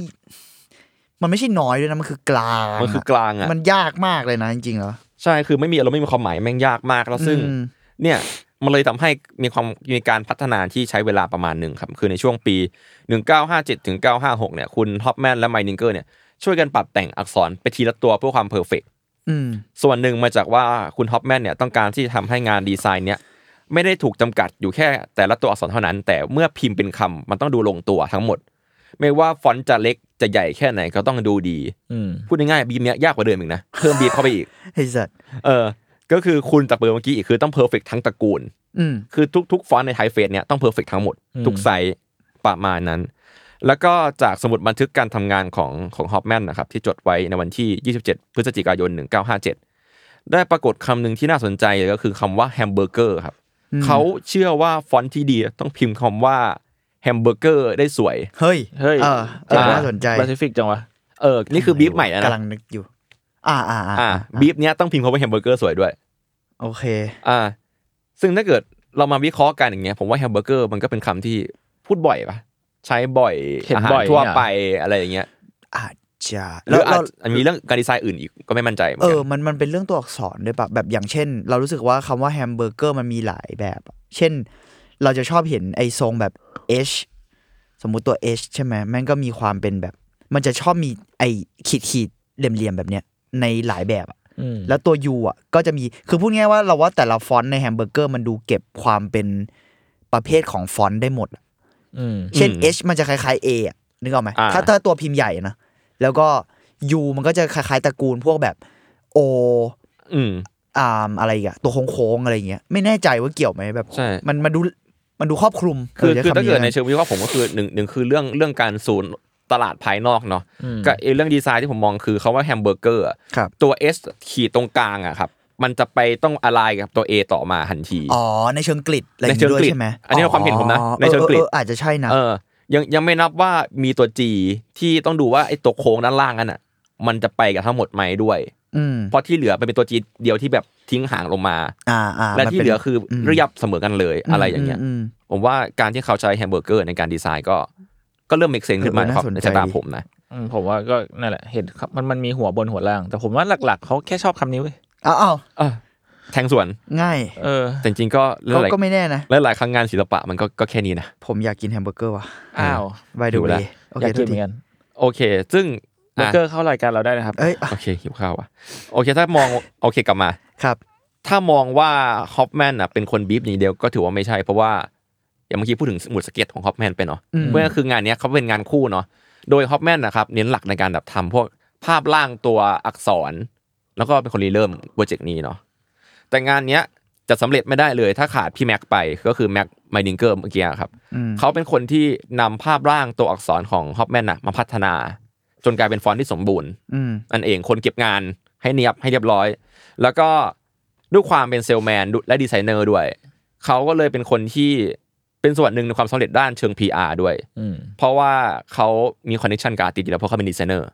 S4: มันไม่ใช่น้อยด้วยนะมันคือกลาง
S3: มันคือกลางอะ
S4: มันยากมากเลยนะจริงๆเหรอ
S3: ใช่คือไม่มีอารมณ์ไม่มีความหมายแม่งยากมากแล้วซึ่ง
S4: อืม
S3: เนี่ยมันเลยทำให้มีความมีการพัฒนาที่ใช้เวลาประมาณหนึ่งครับ คือในช่วงปี 1957ถึง956เนี่ยคุณฮอปแมนและไมนิงเกอร์เนี่ยช่วยกันปรับแต่งอักษรไปทีละตัวเพื่อความเพอร์เฟก
S4: อืม
S3: ส่วนหนึ่งมาจากว่าคุณฮอปแมนเนี่ยต้องการที่จะทำให้งานดีไซน์เนี่ยไม่ได้ถูกจำกัดอยู่แค่แต่ละตัวอักษรเท่านั้น แต่เมื่อพิมพ์เป็นคำมันต้องดูลงตัวทั้งหมด ไม่ว่าฟอนต์จะเล็กจะใหญ่แค่ไหนก็ต้องดูดี
S2: อืม
S3: พูดง่ายๆบีมเนี้ยยากกว่าเดิมอีกนะ เพิ่มบีบเข้าไปอีก
S4: ไอ้สัตว์
S3: เออ ก็คือคุณจากเปิดเมื่อกี้อีกคือต้องเพอร์เฟกทั้งตระกูล
S4: อืม
S3: คือทุกๆฟอนต์ในไทเฟสเนี่ยต้องเพอร์เฟกทั้งหมด
S2: อืม
S3: ทุกไซส์ประมาณนั้น แล้วก็จากสมุดบันทึกการทำงานของของฮอปแมนนะครับ ที่จดไว้ในวันที่ 27 พฤศจิกายน 1957 ได้ปรากฏคำหนึ่งที่น่าสนใจเลยก็คือคำว่าแฮมเบอร์เกอร์ครับ
S4: อืม
S3: เขาเชื่อว่าฟอนต์ที่ดีต้องพิมพ์คำว่าแฮมเบอร์เกอร์ได้สวย
S4: เฮ้ย
S2: เฮ้ย
S4: เออเออน่าสนใจ
S2: แปซิฟิกจังวะ
S3: เออ นี่คือบีฟใหม่แล้ว
S4: กำลั
S3: นะ
S4: งนึกอยู่ อ่าอ่า
S3: อ่าบีฟเนี้ยต้องพิมพ์คำว่าแฮมเบอร์เกอร์สวยด้วย
S4: โอเค
S3: อ่า ซึ่งถ้าเกิดเรามาวิเคราะห์กันอย่างเงี้ย ผมว่าแฮมเบอร์เกอร์มันก็เป็นคำที่พูดบ่อยปะใช้บ่อย
S2: เห็น
S3: อาหาร
S2: บ่อย
S3: ทั่ว
S2: เนี่ย
S3: ไปอะไรอย่างเงี้ย
S4: อาจจะ
S3: หรืออาจ
S4: เรา
S3: อันมีเรื่องการดีไซน์อื่นอีกก็ไม่มั่นใจเหมือ
S4: เอน
S3: กั
S4: อ
S3: น
S4: มัน มันเป็นเรื่องตัวอักษรด้วยปะแบบอย่างเช่น เรารู้สึกว่าคำว่าแฮมเบอร์เกอร์มันมีหลายแบบอะเช่น เราจะชอบเห็นไอ้ทรงแบบ H สมมุติตัว H ใช่ไหมแม่งก็มีความเป็นแบบ มันจะชอบมีไอ้ขีดขีดๆเหลี่ยมๆแบบเนี้ยในหลายแบบอะ
S2: อืม
S4: แล้วตัว U อ่ะ ก็จะมี คือพูดง่ายๆว่าเราว่าแต่ละฟอนต์ในแฮมเบอร์เกอร์มันดูเก็บความเป็นประเภทของฟอนต์ได้หมดอะ
S2: อืม
S4: เช่น
S3: อืม
S4: H มันจะคล้ายๆ A อะนึกออกไหม
S3: อ่า
S4: ถ้าถ้าตัวพิมพ์ใหญ่นะ แล้วก็ U มันก็จะคล้ายๆตระกูลพวกแบบ O
S3: อืม
S4: อ่ามอะไรอีกอะตัวโค้งๆอะไรอย่างเงี้ยไม่แน่ใจว่าเกี่ยวไหมแบบ
S3: ใช่
S4: มันมันดูมันดูครอบคลุม
S3: คือคือ
S4: ใช้ำ
S3: ถ้าเกิดใน
S4: แล้ว
S3: เชิงวิเคราะห์ผมก็คือหนึ่งหนึ่งคือเรื่องเรื่องการสูนตลาดภายนอกเนาะ
S2: อืม
S3: กับไอ้เรื่องดีไซน์ที่ผมมองคือคาว่าแฮมเบอร์เกอร์อะ
S4: ครับ
S3: ตัว S ขีดตรงกลางอะครับ มันจะไปต้องอะไรกับตัว A ต่อมาทันที
S4: อ๋อในเชิงกริดอะไรอย่าง
S3: ในเชิ
S4: งี้
S3: ง
S4: ด้วย
S3: กริด
S4: ใช่ไหม
S3: อันนี้ความเห็นผมนะในเชิงกริด
S4: อออออาจจะใช่นะ
S3: เออยังยังไม่นับว่ามีตัว G ที่ต้องดูว่าไอ้ตัวโค้งด้านล่างนั่นอ่ะ มันจะไปกับทั้งหมดไหมด้วย
S4: อืม
S3: เพราะที่เหลือมันเป็นตัว G เดียวที่แบบทิ้งห่างลงมา
S4: อ่าอ่า
S3: และที่
S4: มันป็น
S3: เหลือคืออ
S4: ม
S3: เรียบเสมอกันเลยอะไรอย่างเงี้ย
S4: ม
S3: ผมว่าการที่เขาใช้แฮมเบอร์เกอร์ในการดีไซน์ก็ก็เริ่ม make sense
S4: เออ
S3: ขึ้นมา
S4: น่า
S3: ครับ
S4: สนใจ
S3: ในสายตา
S4: ดี
S3: ผมนะ
S2: อืมผมว่าก็นั่นแหละเห็นครับมันมันมีหัวบนหัวล่าง แต่ผมว่าหลัก ๆ เขาแค่ชอบคำนี้เว้ย
S4: อ้าวอ้าว
S3: เออแทงสวน
S4: ง่าย
S2: เออ
S3: แต่จริงๆก็ห
S4: ก็
S3: ลาย
S4: ก็ไม่แน่นะ
S3: หลายๆครั้งงานศิลปะมันก็ก็แค่นี้นะ
S4: ผมอยากกินแฮมเบอร์เกอร์ว่ะ
S2: อ้าว
S4: บายดู
S3: หิว
S4: เล
S3: ละ
S4: ยโอ
S2: อ
S4: เค
S2: ยาก
S4: ทุ
S2: กิ
S4: ก
S2: นเหมือน
S4: ที
S2: กัน
S3: โอเค ซึ่ง
S2: เบอร์เกอร์เข้ารายการเราได้นะครับ
S4: เอ้ยอ่ะ
S3: โอเคหิวข้าวอ่ะโอเคถ้ามองโอเคกลับมา
S4: ครับ
S3: ถ้ามองว่าฮอปแมนอ่ะเป็นคนบีฟอย่างเดียวก็ถือว่าไม่ใช่ เพราะว่าอย่างเมื่อกี้พูดถึงหมุดสเก็ตของฮอปแมนไปเนาะ
S4: อืม
S3: เมื่อคืองานเนี้ยเขาเป็นงานคู่เนาะโดยฮอปแมนนะครับเน้นหลักในการแบบทำพวกภาพล่างตัวอักษร แล้วก็เป็นคนรีเริ่มโปรเจกต์นี้เนาะแต่งานเนี้ยจะสำเร็จไม่ได้เลยถ้าขาดพี่แม็กไปก็คือแม็กไมดิงเกอร์เมื่อกี้ครับ
S4: อืม
S3: เขาเป็นคนที่นำภาพร่างตัวอักษรของฮอปแมนน่ะมาพัฒนา จนกลายเป็นฟอนต์ที่สมบูรณ์
S4: อืม
S3: นั่นเองคนเก็บงานให้เนียบให้เรียบร้อย แล้วก็ด้วยความเป็นเซลแมนและดีไซเนอร์ด้วย เขาก็เลยเป็นคนที่เป็นส่วนหนึ่งในความสำเร็จด้านเชิง PR ด้วย
S2: อืม
S3: เพราะว่าเขามีคอนเนคชันกับอาร์ติสต์อยู่แล้วเพราะเขาเป็นดีไซเนอร์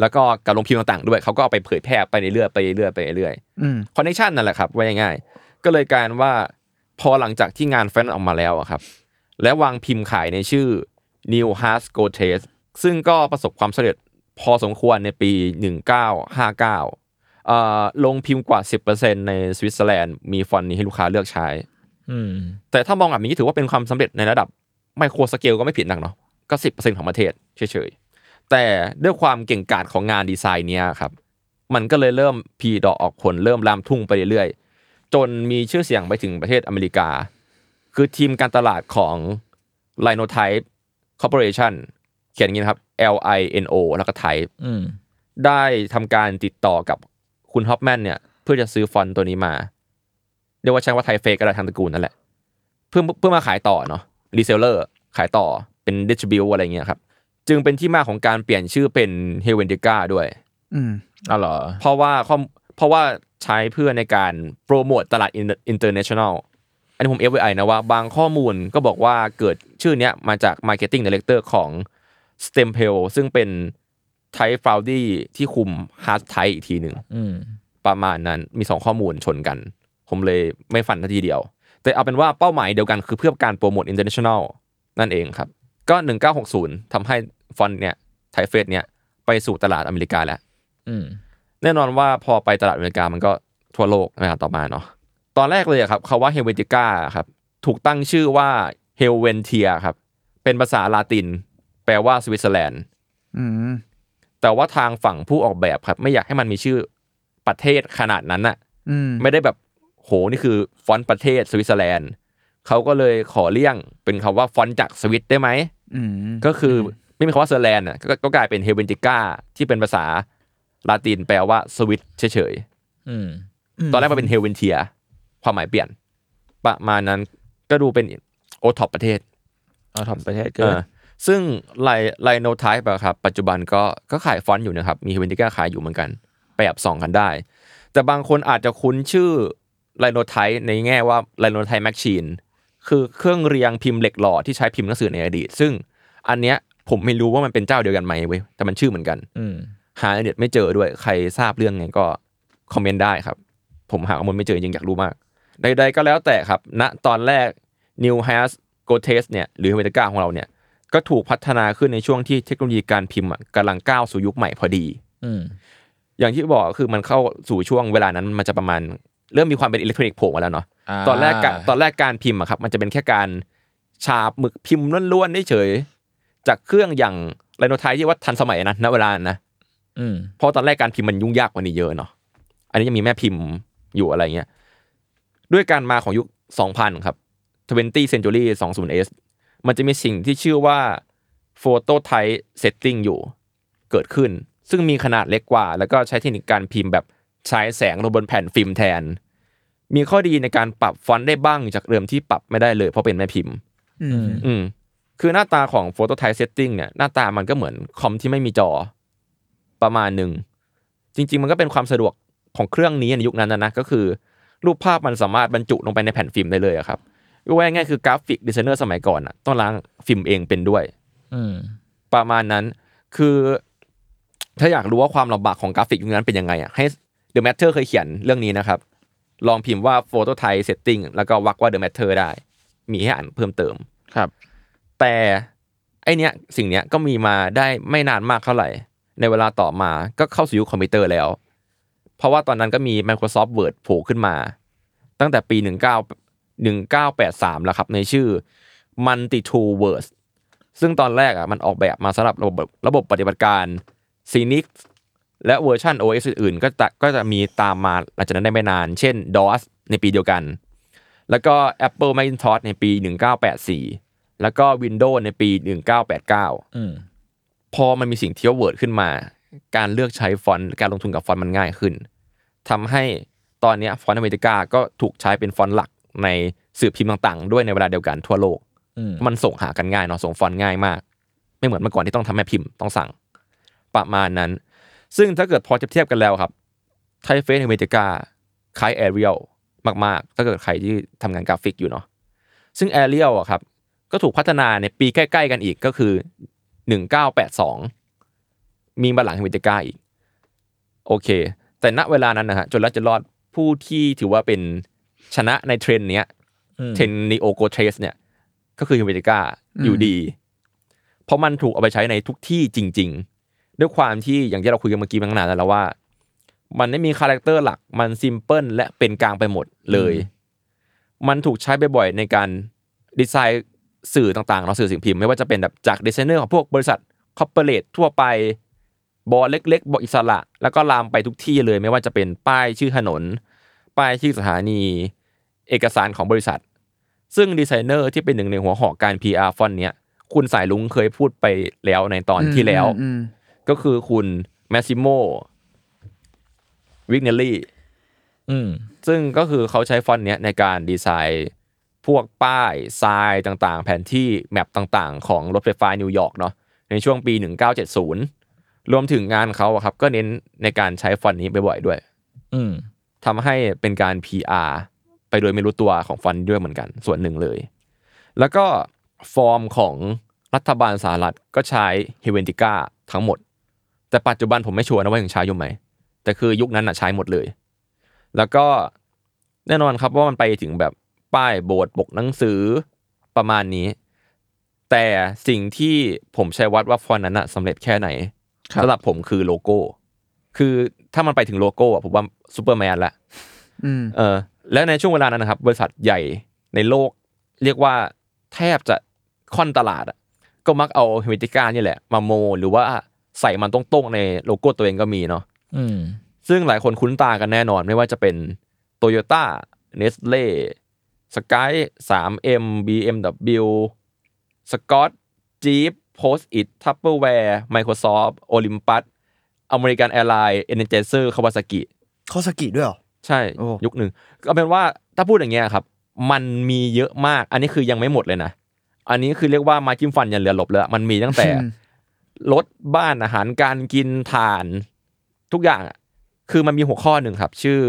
S3: แล้วก็การลงพิมพ์ต่างๆด้วยเขาก็เอาไปเผยแพร่ไปเรื่อยๆไปเรื่อยๆไปเรื่อย
S4: อืม
S3: ๆคอนเนคชันนั่นแหละครับว่าง่ายๆก็เลยกลารว่าพอหลังจากที่งานแฟนออกมาแล้วอะครับ และวางพิมพ์ขายในชื่อ New h a s g o t e s ซึ่งก็ประสบความสำเร็จพอสมควรในปี 1959เอ่อลงพิมพ์กว่า 10%ในสวิตเซอร์แลนด์มีฟอนต์นี้ให้ลูกค้าเลือกใช้
S2: อืม
S3: แต่ถ้ามองแบบนี้ถือว่าเป็นความสำเร็จในระดับไมโครสเกลก็ไม่ผิดนักเนาะก็ 10%ของประเทศเฉยๆ แต่ด้วยความเก่งกาจของงานดีไซน์เนี้ยครับ มันก็เลยเริ่มพีดอกออกผลเริ่มลามทุ่งไปเรื่อยๆ จนมีชื่อเสียงไปถึงประเทศอเมริกา คือทีมการตลาดของ Linotype Corporation เขียนอย่างนี้นะครับ L I N O แล้วก็ Type
S2: อืม
S3: ได้ทำการติดต่อกับคุณฮอปแมนเนี่ย เพื่อจะซื้อฟอนต์ตัวนี้มา เรียกว่าใช้ว่าไทยเฟกก็ได้ทางตระกูลนั่นแหละ เพื่อเพื่อมาขายต่อเนาะรีเซลเลอร์ขายต่อเป็นดิจิบิวอะไรเงี้ยครับ จึงเป็นที่มาของการเปลี่ยนชื่อเป็นเฮเวนดิก้าด้วย
S4: อืม
S2: เอาเหรอ
S3: เพราะว่าข้อมเพราะว่าใช้เพื่อในการโปรโมทตลาดอินเตอร์เนชั่นแนลอันนี้ผม FYI นะว่าบางข้อมูลก็บอกว่าเกิดชื่อเนี้ยมาจาก Marketing Director ของ s t e m p e l ซึ่งเป็นไทฟาวดี้ที่คุม Hard t ไทอีกทีหนึ่ง
S2: อืม
S3: ประมาณนั้นมีสองข้อมูลชนกัน ผมเลยไม่ฟันทันทีเดียว แต่เอาเป็นว่าเป้าหมายเดียวกันคือเพื่อการโปรโมท international นั่นเองครับ ก็ 1960ทำให้ฟอนต์เนี่ยไทเฟสเนี่ยไปสู่ตลาดอเมริกาแล้ว
S2: อืม
S3: แน่นอนว่าพอไปตลาดอเมริกามันก็ทั่วโลกในเวลาต่อมาเนาะตอนแรกเลยอะครับคาว่าเฮเวนติก้าครับ ถูกตั้งชื่อว่าเฮเวนเทียครับ เป็นภาษาลาติน แปลว่าสวิตเซอร์แลนด์
S4: อืม
S3: แต่ว่าทางฝั่งผู้ออกแบบครับ ไม่อยากให้มันมีชื่อประเทศขนาดนั้นอะ
S4: อืม
S3: ไม่ได้แบบโหนี่คือฟอนต์ประเทศสวิตเซอร์แลนด์เขาก็เลยขอเลี่ยงเป็นคำว่าฟอนต์จากสวิตได้ไหม
S4: อืม
S3: ก็คือ ไม่มีคำว่าเซอร์แลนด์อ่ะก็ก็กลายเป็นเฮเวนติก้าที่เป็นภาษาลาตินแปลว่าสวิตเฉย
S2: อืม
S3: ๆ ตอนแรกมันเป็นเฮเวนเทีย ความหมายเปลี่ยน ประมาณนั้นก็ดูเป็นโอท็อปประเทศ
S2: เอาทอมประเทศเกิ
S3: เอน อซึ่งไลไลโนไทป์อะครับ ปัจจุบันก็ก็ขายฟอนต์อยู่นะครับ มีเวนติก้าขายอยู่เหมือนกัน ไปแอบส่องกันได้ แต่บางคนอาจจะคุ้นชื่อไลโนไทป์ในแง่ว่าไลโนไทป์แมชชีนคือเครื่องเรียงพิมพ์เหล็กหล่อที่ใช้พิมพ์หนังสือในอดีต ซึ่งอันเนี้ยผมไม่รู้ว่ามันเป็นเจ้าเดียวกันไหมเว้ยแต่มันชื่อเหมือนกัน
S2: อืม
S3: หาในเน็ตไม่เจอด้วยใครทราบเรื่องไงก็คอมเมนต์ได้ครับ ผมหาข้อมูลไม่เจอจริงๆอยากรู้มาก ใดๆก็แล้วแต่ครับณนะตอนแรก New h a s g o t e s เนี่ยหรือ h e เ e กาของเราเนี่ย ก็ถูกพัฒนาขึ้นในช่วงที่เทคโนโลยีการพิมพ์อะกำลังก้าวสู่ยุคใหม่พอดี
S2: อืม
S3: อย่างที่บอกก็คือมันเข้าสู่ช่วงเวลานั้นมันจะประมาณ เริ่มมีความเป็นอิเล็กทรอนิกส์โผล่มาแล้วเนาะ
S2: อ่า
S3: ตอนแรกกะตอนแรกการพิมพ์อะครับมันจะเป็นแค่การฉาบหมึกพิมพ์ล้วนๆเฉยๆจากเครื่องอย่างไลโนไทป์ที่ว่าทันสมัยนะณเวลานั้นนะ
S2: อืม
S3: เพราะตอนแรกการพิมพ์มันยุ่งยากกว่านี้เยอะเนาะ อันนี้ยังมีแม่พิมพ์อยู่อะไรเงี้ย ด้วยการมาของยุค 2000 ครับ 20 century 20s มันจะมีสิ่งที่ชื่อว่า photo type setting อยู่ เกิดขึ้น ซึ่งมีขนาดเล็กกว่า แล้วก็ใช้เทคนิคการพิมพ์แบบใช้แสงลงบนแผ่นฟิล์มแทน มีข้อดีในการปรับฟอนต์ได้บ้างจากเดิมที่ปรับไม่ได้เลยเพราะเป็นแม่พิมพ์
S4: อืม
S3: อืมคือหน้าตาของ Photo Type Setting เนี่ยหน้าตามันก็เหมือนคอมที่ไม่มีจอประมาณหนึ่ง จริง ๆ มันก็เป็นความสะดวกของเครื่องนี้ในยุคนั้นนะนะก็คือ รูปภาพมันสามารถบรรจุลงไปในแผ่นฟิล์มได้เลยอะครับก็ว่าง่ายๆคือกราฟิกดีไซเนอร์สมัยก่อนอะต้องล้างฟิล์มเองเป็นด้วย
S2: อืม
S3: ประมาณนั้นคือ ถ้าอยากรู้ว่าความลำบากของกราฟิกยุคนั้นเป็นยังไงอะให้ The Matter เคยเขียนเรื่องนี้นะครับ ลองพิมพ์ว่า Photo Type Setting แล้วก็วักว่า The Matter ได้ มีให้อ่านเพิ่มเติม
S2: ครับ
S3: แต่ไอเนี้ยสิ่งเนี้ยก็มีมาได้ไม่นานมากเท่าไหร่ ในเวลาต่อมาก็เข้าสู่ยุคคอมพิวเตอร์แล้ว เพราะว่าตอนนั้นก็มี Microsoft Word โผล่ขึ้นมา ตั้งแต่ปี 19 1983 แล้วครับในชื่อ Multi Tool Word ซึ่งตอนแรกอ่ะมันออกแบบมาสำหรับระบบระบบปฏิบัติการ Linux และเวอร์ชัน OS อื่นๆก็จะก็จะมีตามมาหลังจากนั้นได้ไม่นาน เช่น DOS ในปีเดียวกัน แล้วก็ Apple Macintosh ในปี 1984 แล้วก็ Windows ในปี 1989
S2: อืม
S3: พอมันมีสิ่งที่เวิร์ดขึ้นมา การเลือกใช้ฟอนต์การลงทุนกับฟอนต์มันง่ายขึ้นทำให้ตอนเนี้ยฟอนต์อเมริกาก็ถูกใช้เป็นฟอนต์หลักในสื่อพิมพ์ต่างๆ ด้วยในเวลาเดียวกันทั่วโลก
S2: อืม
S3: มันส่งหากันง่ายเนาะส่งฟอนต์ง่ายมาก ไม่เหมือนเมื่อก่อนที่ต้องทำแม่พิมพ์ต้องสั่ง ประมาณนั้น ซึ่งถ้าเกิดพอจะเทียบกันแล้วครับไทเฟสอเมริกาคล้ายแอเรียลมากๆ ถ้าเกิดใครที่ทำงานกราฟิกอยู่เนาะซึ่งแอเรียลอะครับ ก็ถูกพัฒนาในปีใกล้ๆกันอีกก็คือ 1982 มีมาหลังเฮมิติก้าอีก โอเค แต่ณเวลานั้นนะฮะจนรัดจะรอดผู้ที่ถือว่าเป็นชนะในเทรนด์เนี้ย
S2: อืม
S3: เทรนนิโอโกเทรสเนี่ย ก็คือเฮมิติก้าอยู่ดี เพราะมันถูกเอาไปใช้ในทุกที่จริง ๆ ด้วยความที่อย่างที่เราคุยกันเมื่อกี้มาตั้งนานแล้วว่า มันไม่มีคาแรคเตอร์หลักมันซิมเพิลและเป็นกลางไปหมดเลย มันถูกใช้บ่อยๆในการดีไซน์สื่อต่างๆเราะสื่อสิ่งพิมพ์ ไม่ว่าจะเป็นแบบจากดีไซเนอร์ของพวกบริษัทคอร์เปอเรททั่วไปบอร์ดเล็ก ๆบอร์ดอิสระ แล้วก็ลามไปทุกที่เลย ไม่ว่าจะเป็นป้ายชื่อถนน ป้ายชื่อสถานี เอกสารของบริษัท ซึ่งดีไซเนอร์ที่เป็นหนึ่งในหัวหอกการ PR ฟอนต์เนี้ยคุณสายลุงเคยพูดไปแล้วในตอนที่แล้ว
S4: อืม
S3: ก็คือคุณแมสซิโมวิกเนลลี่
S2: อืม
S3: ซึ่งก็คือเขาใช้ฟอนต์เนี้ยในการดีไซน์พวกป้ายทรายต่างๆ แผนที่แมปต่างๆ ของรถไฟฟ้านิวยอร์กเนาะในช่วงปี 1970 รวมถึงงานเขาอะครับ ก็เน้นในการใช้ฟอนต์นี้บ่อยๆด้วย
S2: อืม
S3: ทำให้เป็นการ PR ไปโดยไม่รู้ตัวของฟอนต์ด้วยเหมือนกัน ส่วนหนึ่งเลย แล้วก็ฟอร์มของรัฐบาลสหรัฐก็ใช้เฮเวนติก้าทั้งหมด แต่ปัจจุบันผมไม่ชัวร์นะว่ายังใช้อยู่ไหม แต่คือยุคนั้นอะใช้หมดเลย แล้วก็แน่นอนครับว่ามันไปถึงแบบป้ายโบสถ์ปกหนังสือประมาณนี้ แต่สิ่งที่ผมใช้วัดว่าฟอนต์นั้นอะสำเร็จแค่ไหน
S2: ครับ
S3: สำหรับผมคือโลโก้ คือถ้ามันไปถึงโลโก้อะผมว่าซูเปอร์แมนละ
S4: อืม
S3: เออแล้วในช่วงเวลานั้นนะครับ บริษัทใหญ่ในโลก เรียกว่าแทบจะค่อนตลาดอะก็มักเอาเฮมิติก้านี่แหละมาโม หรือว่าใส่มันตรงๆในโลโก้ตัวเองก็มีเนาะ
S2: อืม
S3: ซึ่งหลายคนคุ้นตากันแน่นอนไม่ว่าจะเป็น t o y ยต้าเนสเล่สกาย 3M BMW สกอตจี p Post-it Tupperware Microsoft Olympus American Airlines Energizer Kawasaki
S4: คอสกิด้วยเหรอ
S3: ใช่
S4: โอ้
S3: ยุคหนึ่งก็เป็นว่าถ้าพูดอย่างเงี้ยครับ มันมีเยอะมาก อันนี้คือยังไม่หมดเลยนะ อันนี้คือเรียกว่ามาจิ้มฟันยันเรือหลบเลยอะมันมีตั้งแต่ รถบ้านอาหารการกินทาน ทุกอย่างอะคือมันมีหัวข้อหนึ่งครับ ชื่อ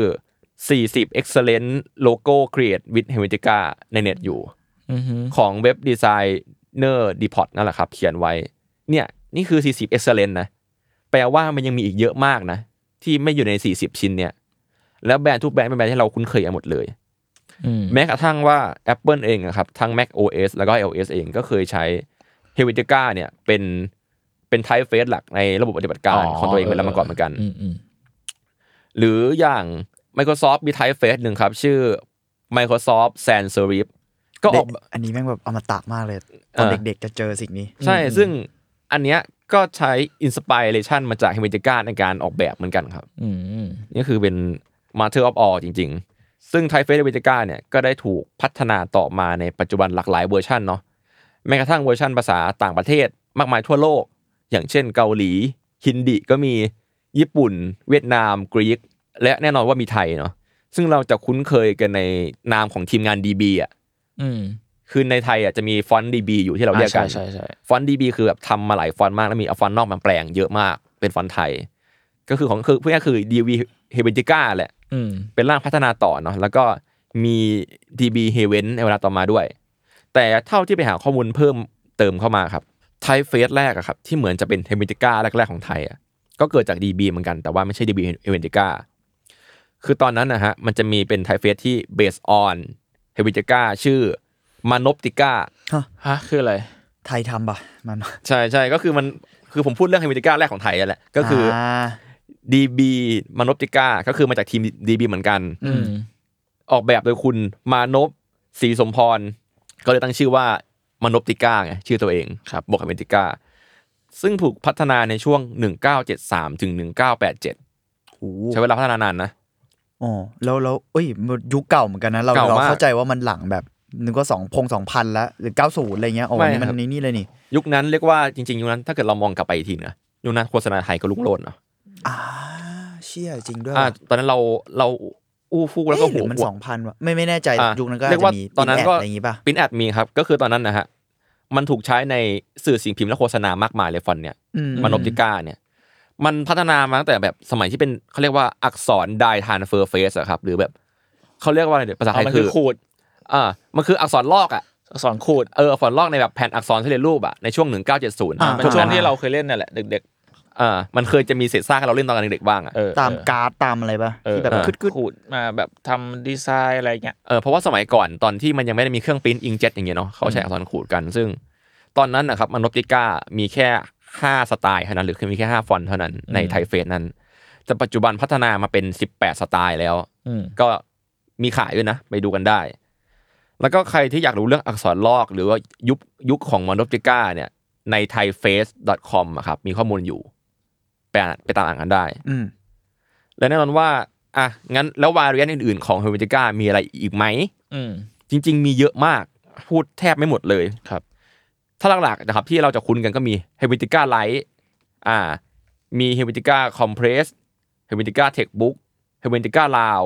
S3: 40 excellent logo create with helvetica ในเน็ตอยู่
S2: อือหือ
S3: ของเว็บดีไซเนอร์ดีพอตนั่นแหละครับ เขียนไว้ เนี่ย นี่คือ 40 excellent นะ แปลว่ามันยังมีอีกเยอะมากนะ ที่ไม่อยู่ใน 40 ชิ้นเนี่ย แล้วแบรนด์ทุกแบรนด์เป็นแบรนด์ที่เราคุ้นเคยกันหมดเลย
S2: อืม
S3: แม้กระทั่งว่า Apple เองอะครับ ทั้ง Mac OS แล้วก็ iOS เองก็เคยใช้ Helvetica เนี่ยเป็นเป็นไทป์เฟสหลักในระบบปฏิบัติการของตัวเองเวลามาก่อนเหมือนกัน
S2: มอืม
S3: หรืออย่าง Microsoft มีไทป์เฟสหนึ่งครับ ชื่อ Microsoft Sans Serif ก็อ
S4: เด็
S3: อก
S4: กอันนี้แม่งแบบอมตะมากเลย ต
S3: เอ
S4: อน
S3: อ
S4: เด็กๆจะเจอสิ่งนี้
S3: ใช่ ซึ่งอันเนี้ยก็ใช้อินสป r เ t ชันมาจาก Helvetica ในการออกแบบเหมือนกันครับ
S2: อืม
S3: นี่คือเป็น Master of All จริง ๆ ซึ่งไทเฟสเดวิติก้าเนี่ยก็ได้ถูกพัฒนาต่อมาในปัจจุบันหลากหลายเวอร์ชันเนาะแม้กระทั่งเวอร์ชันภาษาต่างประเทศมากมายทั่วโลก อย่างเช่นเกาหลี ฮินดีก็มีญี่ปุ่น เวียดนาม กรีก และแน่นอนว่ามีไทยเนาะซึ่งเราจะคุ้นเคยกันในนามของทีมงาน DB อ่ะ
S2: อืม
S3: คือในไทยอ่ะจะมีฟอนต์ DB อยู่ที่เราเรียกกัน
S2: อ่าใช่ใช่ใช่
S3: ฟอนต์ดีบีคือแบบทำมาหลายฟอนต์มาก แล้วมีเอาฟอนต์นอกมาแปลงเยอะมาก เป็นฟอนต์ไทย ก็คือของคือพวกนี้คือ DB Helvetica แหละ
S2: อืม
S3: เป็นร่างพัฒนาต่อเนาะแล้วก็มี DB Heaven ในเวลาต่อมาด้วย แต่เท่าที่ไปหาข้อมูลเพิ่มเติมเข้ามาครับไทยเฟสแรกอะครับ ที่เหมือนจะเป็น Helvetica แรกๆของไทยอะก็เกิดจาก DB เหมือนกันแต่ว่าไม่ใช่ DB Helvetica คือตอนนั้นนะฮะมันจะมีเป็นไทยเฟสที่ based on Helvetica ชื่อ Manoptica
S2: ฮะคืออะไร
S4: ไทยทำปะมัน
S3: ใช่ใช่ก็คือมันคือผมพูดเรื่องเฮมิติก้าแรกของไทยนั่นแหละก็คืออ
S4: า
S3: DB มานพติก้าก็คือมาจากทีม DB เหมือนกัน
S2: อืม
S3: ออกแบบโดยคุณมานพศรีสมพร ก็เลยตั้งชื่อว่ามานพติก้าไงชื่อตัวเองครับบอกเฮมิติก้าซึ่งถูกพัฒนาในช่วง 1973 ถึง 1987
S4: โอ้
S3: ใช้เวลาพัฒนานานนะ
S4: โอ้แล้วแล้วเอ้ยมันยุคเก่าเหมือนกันนะ เรา
S3: เก่ามาก
S4: เราเข้าใจว่ามันหลังแบบนึกว่าสองพงสองพันละหรือเก้าศูนย์อะไรเงี้ยโอ้
S3: ไม่
S4: นี่มั
S3: ครั
S4: น
S3: บ
S4: นี่นี่เลยนี่
S3: ยุคนั้นเรียกว่าจริงๆ ยุคนั้นถ้าเกิดเรามองกลับไปอีกทีนะยุคนั้นโฆษณาไทยก็ลุกโลนเนาะ
S4: อ่าเชี่ยจริงด้วย
S3: อ่ะ
S4: ว่ะ
S3: ตอนนั้นเราเราอู้ฟู่แล้วก็
S4: เอ๊ะห
S3: หั
S4: รื
S3: ว
S4: อมันสองพันวะไม่ไม่แน่ใจ
S3: อ่ะ
S4: ยุคนั้นก็อา
S3: เรี
S4: จ
S3: ยก
S4: จะ
S3: ว่า
S4: มี
S3: ตอนนั้น
S4: แอด
S3: ก็
S4: อะไรอย่างงี้ป่ะ
S3: ปรินแอดมีครับ ก็คือตอนนั้นนะฮะ มันถูกใช้ในสื่อสิ่งพิมพ์และโฆษณามากมายเลยฟอนต์เนี่ย
S4: อืม
S3: มันอปติก้าเนี่ย มันพัฒนามาตั้งแต่แบบสมัยที่เป็นเขาเรียกว่าอักษรไดทานเฟอร์เฟสอะครับ หรือแบบเขาเรียกว่าอะไรเดี๋ยวภาษาไท
S2: อ๋อย มัน
S3: คื
S2: คือ
S3: อ
S2: ขูด
S3: อ่ามันคืออักษรลอกอะ
S2: สอนขูด
S3: เอออักษรลอกในแบบแผ่นอักษรที่เรียนรูปอะในช่วง 1970
S4: อ่า
S2: เป็นช่วงที่เราเคยเล่นนั่นแหละเด็ก
S3: อ่ามันเคยจะมีเศษซากให้เราเล่นตอนกันเด็กๆบ้างอะ
S2: ๆเออ
S4: ตาม
S2: เออ
S4: การ์ดตามอะไรป่ะ
S2: เออ
S4: ที่แบบ
S2: เออ
S4: คึดคึด
S2: ขูดมาแบบทำดีไซน์อะไรเงี้ย
S3: เออเพราะว่าสมัยก่อนตอนที่มันยังไม่ได้มีเครื่องปริ้นอิงเจ็ตอย่างเงี้ยเนาะเขาใช้อักษรขูดกัน ซึ่ง ตอนนั้นนะครับมันนปติก้ามีแค่ 5 สไตล์เท่านั้นหรือคือมีแค่ 5 ฟอนต์เท่านั้นในไทยเฟสนั้น แต่ปัจจุบันพัฒนามาเป็น 18 สไตล์แล้ว
S2: อืม
S3: ก็มีขายด้วยนะ ไปดูกันได้ แล้วก็ใครที่อยากรู้เรื่องอักษรลอก หรือว่ายุคยุคของมอนปติก้าเนี่ยใน thaiface.com อะครับมีข้อมูลอยู่ไปอ่านไปตามอ่านกันได้
S4: อืม
S3: และแน่นอนว่าอ่ะงั้นแล้ววาเรียนอื่นๆของเฮอร์เวติก้ามีอะไรอีกไหม
S2: อืม
S3: จริง ๆ มีเยอะมากพูดแทบไม่หมดเลย
S2: ครับ
S3: ถ้าหลักๆนะครับที่เราจะคุ้นกันก็มีเฮมิติก้าไลท์อ่า มีเฮมิติก้าคอมเพรสเฮมิติก้าเทคบุ๊กเฮมิติก้าลาว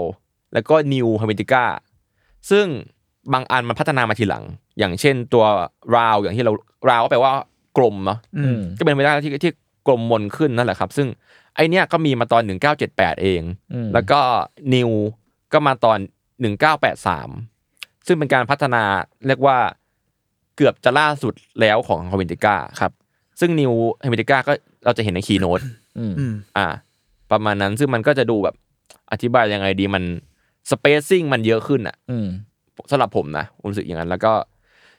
S3: แล้วก็นิวเฮมิติก้าซึ่งบางอันมันพัฒนามาทีหลัง อย่างเช่นตัวราวอย่างที่เราราวก็แปลว่ากลมเนาะ
S4: อืม
S3: ก็เป็นไปได้ที่ที่กลมมนขึ้นนั่นแหละครับ ซึ่งไอเนี้ยก็มีมาตอน 1978 เอง
S2: อืม
S3: แล้วก็นิวก็มาตอน 1983 ซึ่งเป็นการพัฒนาเรียกว่าเกือบจะล่าสุดแล้วของเฮมิติก้า
S2: ครับ
S3: ซึ่งนิวเฮมิติก้าก็เราจะเห็นในคีโนต
S2: อืม
S4: อืม
S3: อ่า ประมาณนั้นซึ่งมันก็จะดูแบบอธิบายยังไงดีมันสเปซซิ่งมันเยอะขึ้นอ่ะ
S2: อืม
S3: สำหรับผมนะผมรู้สึกอย่างนั้น แล้วก็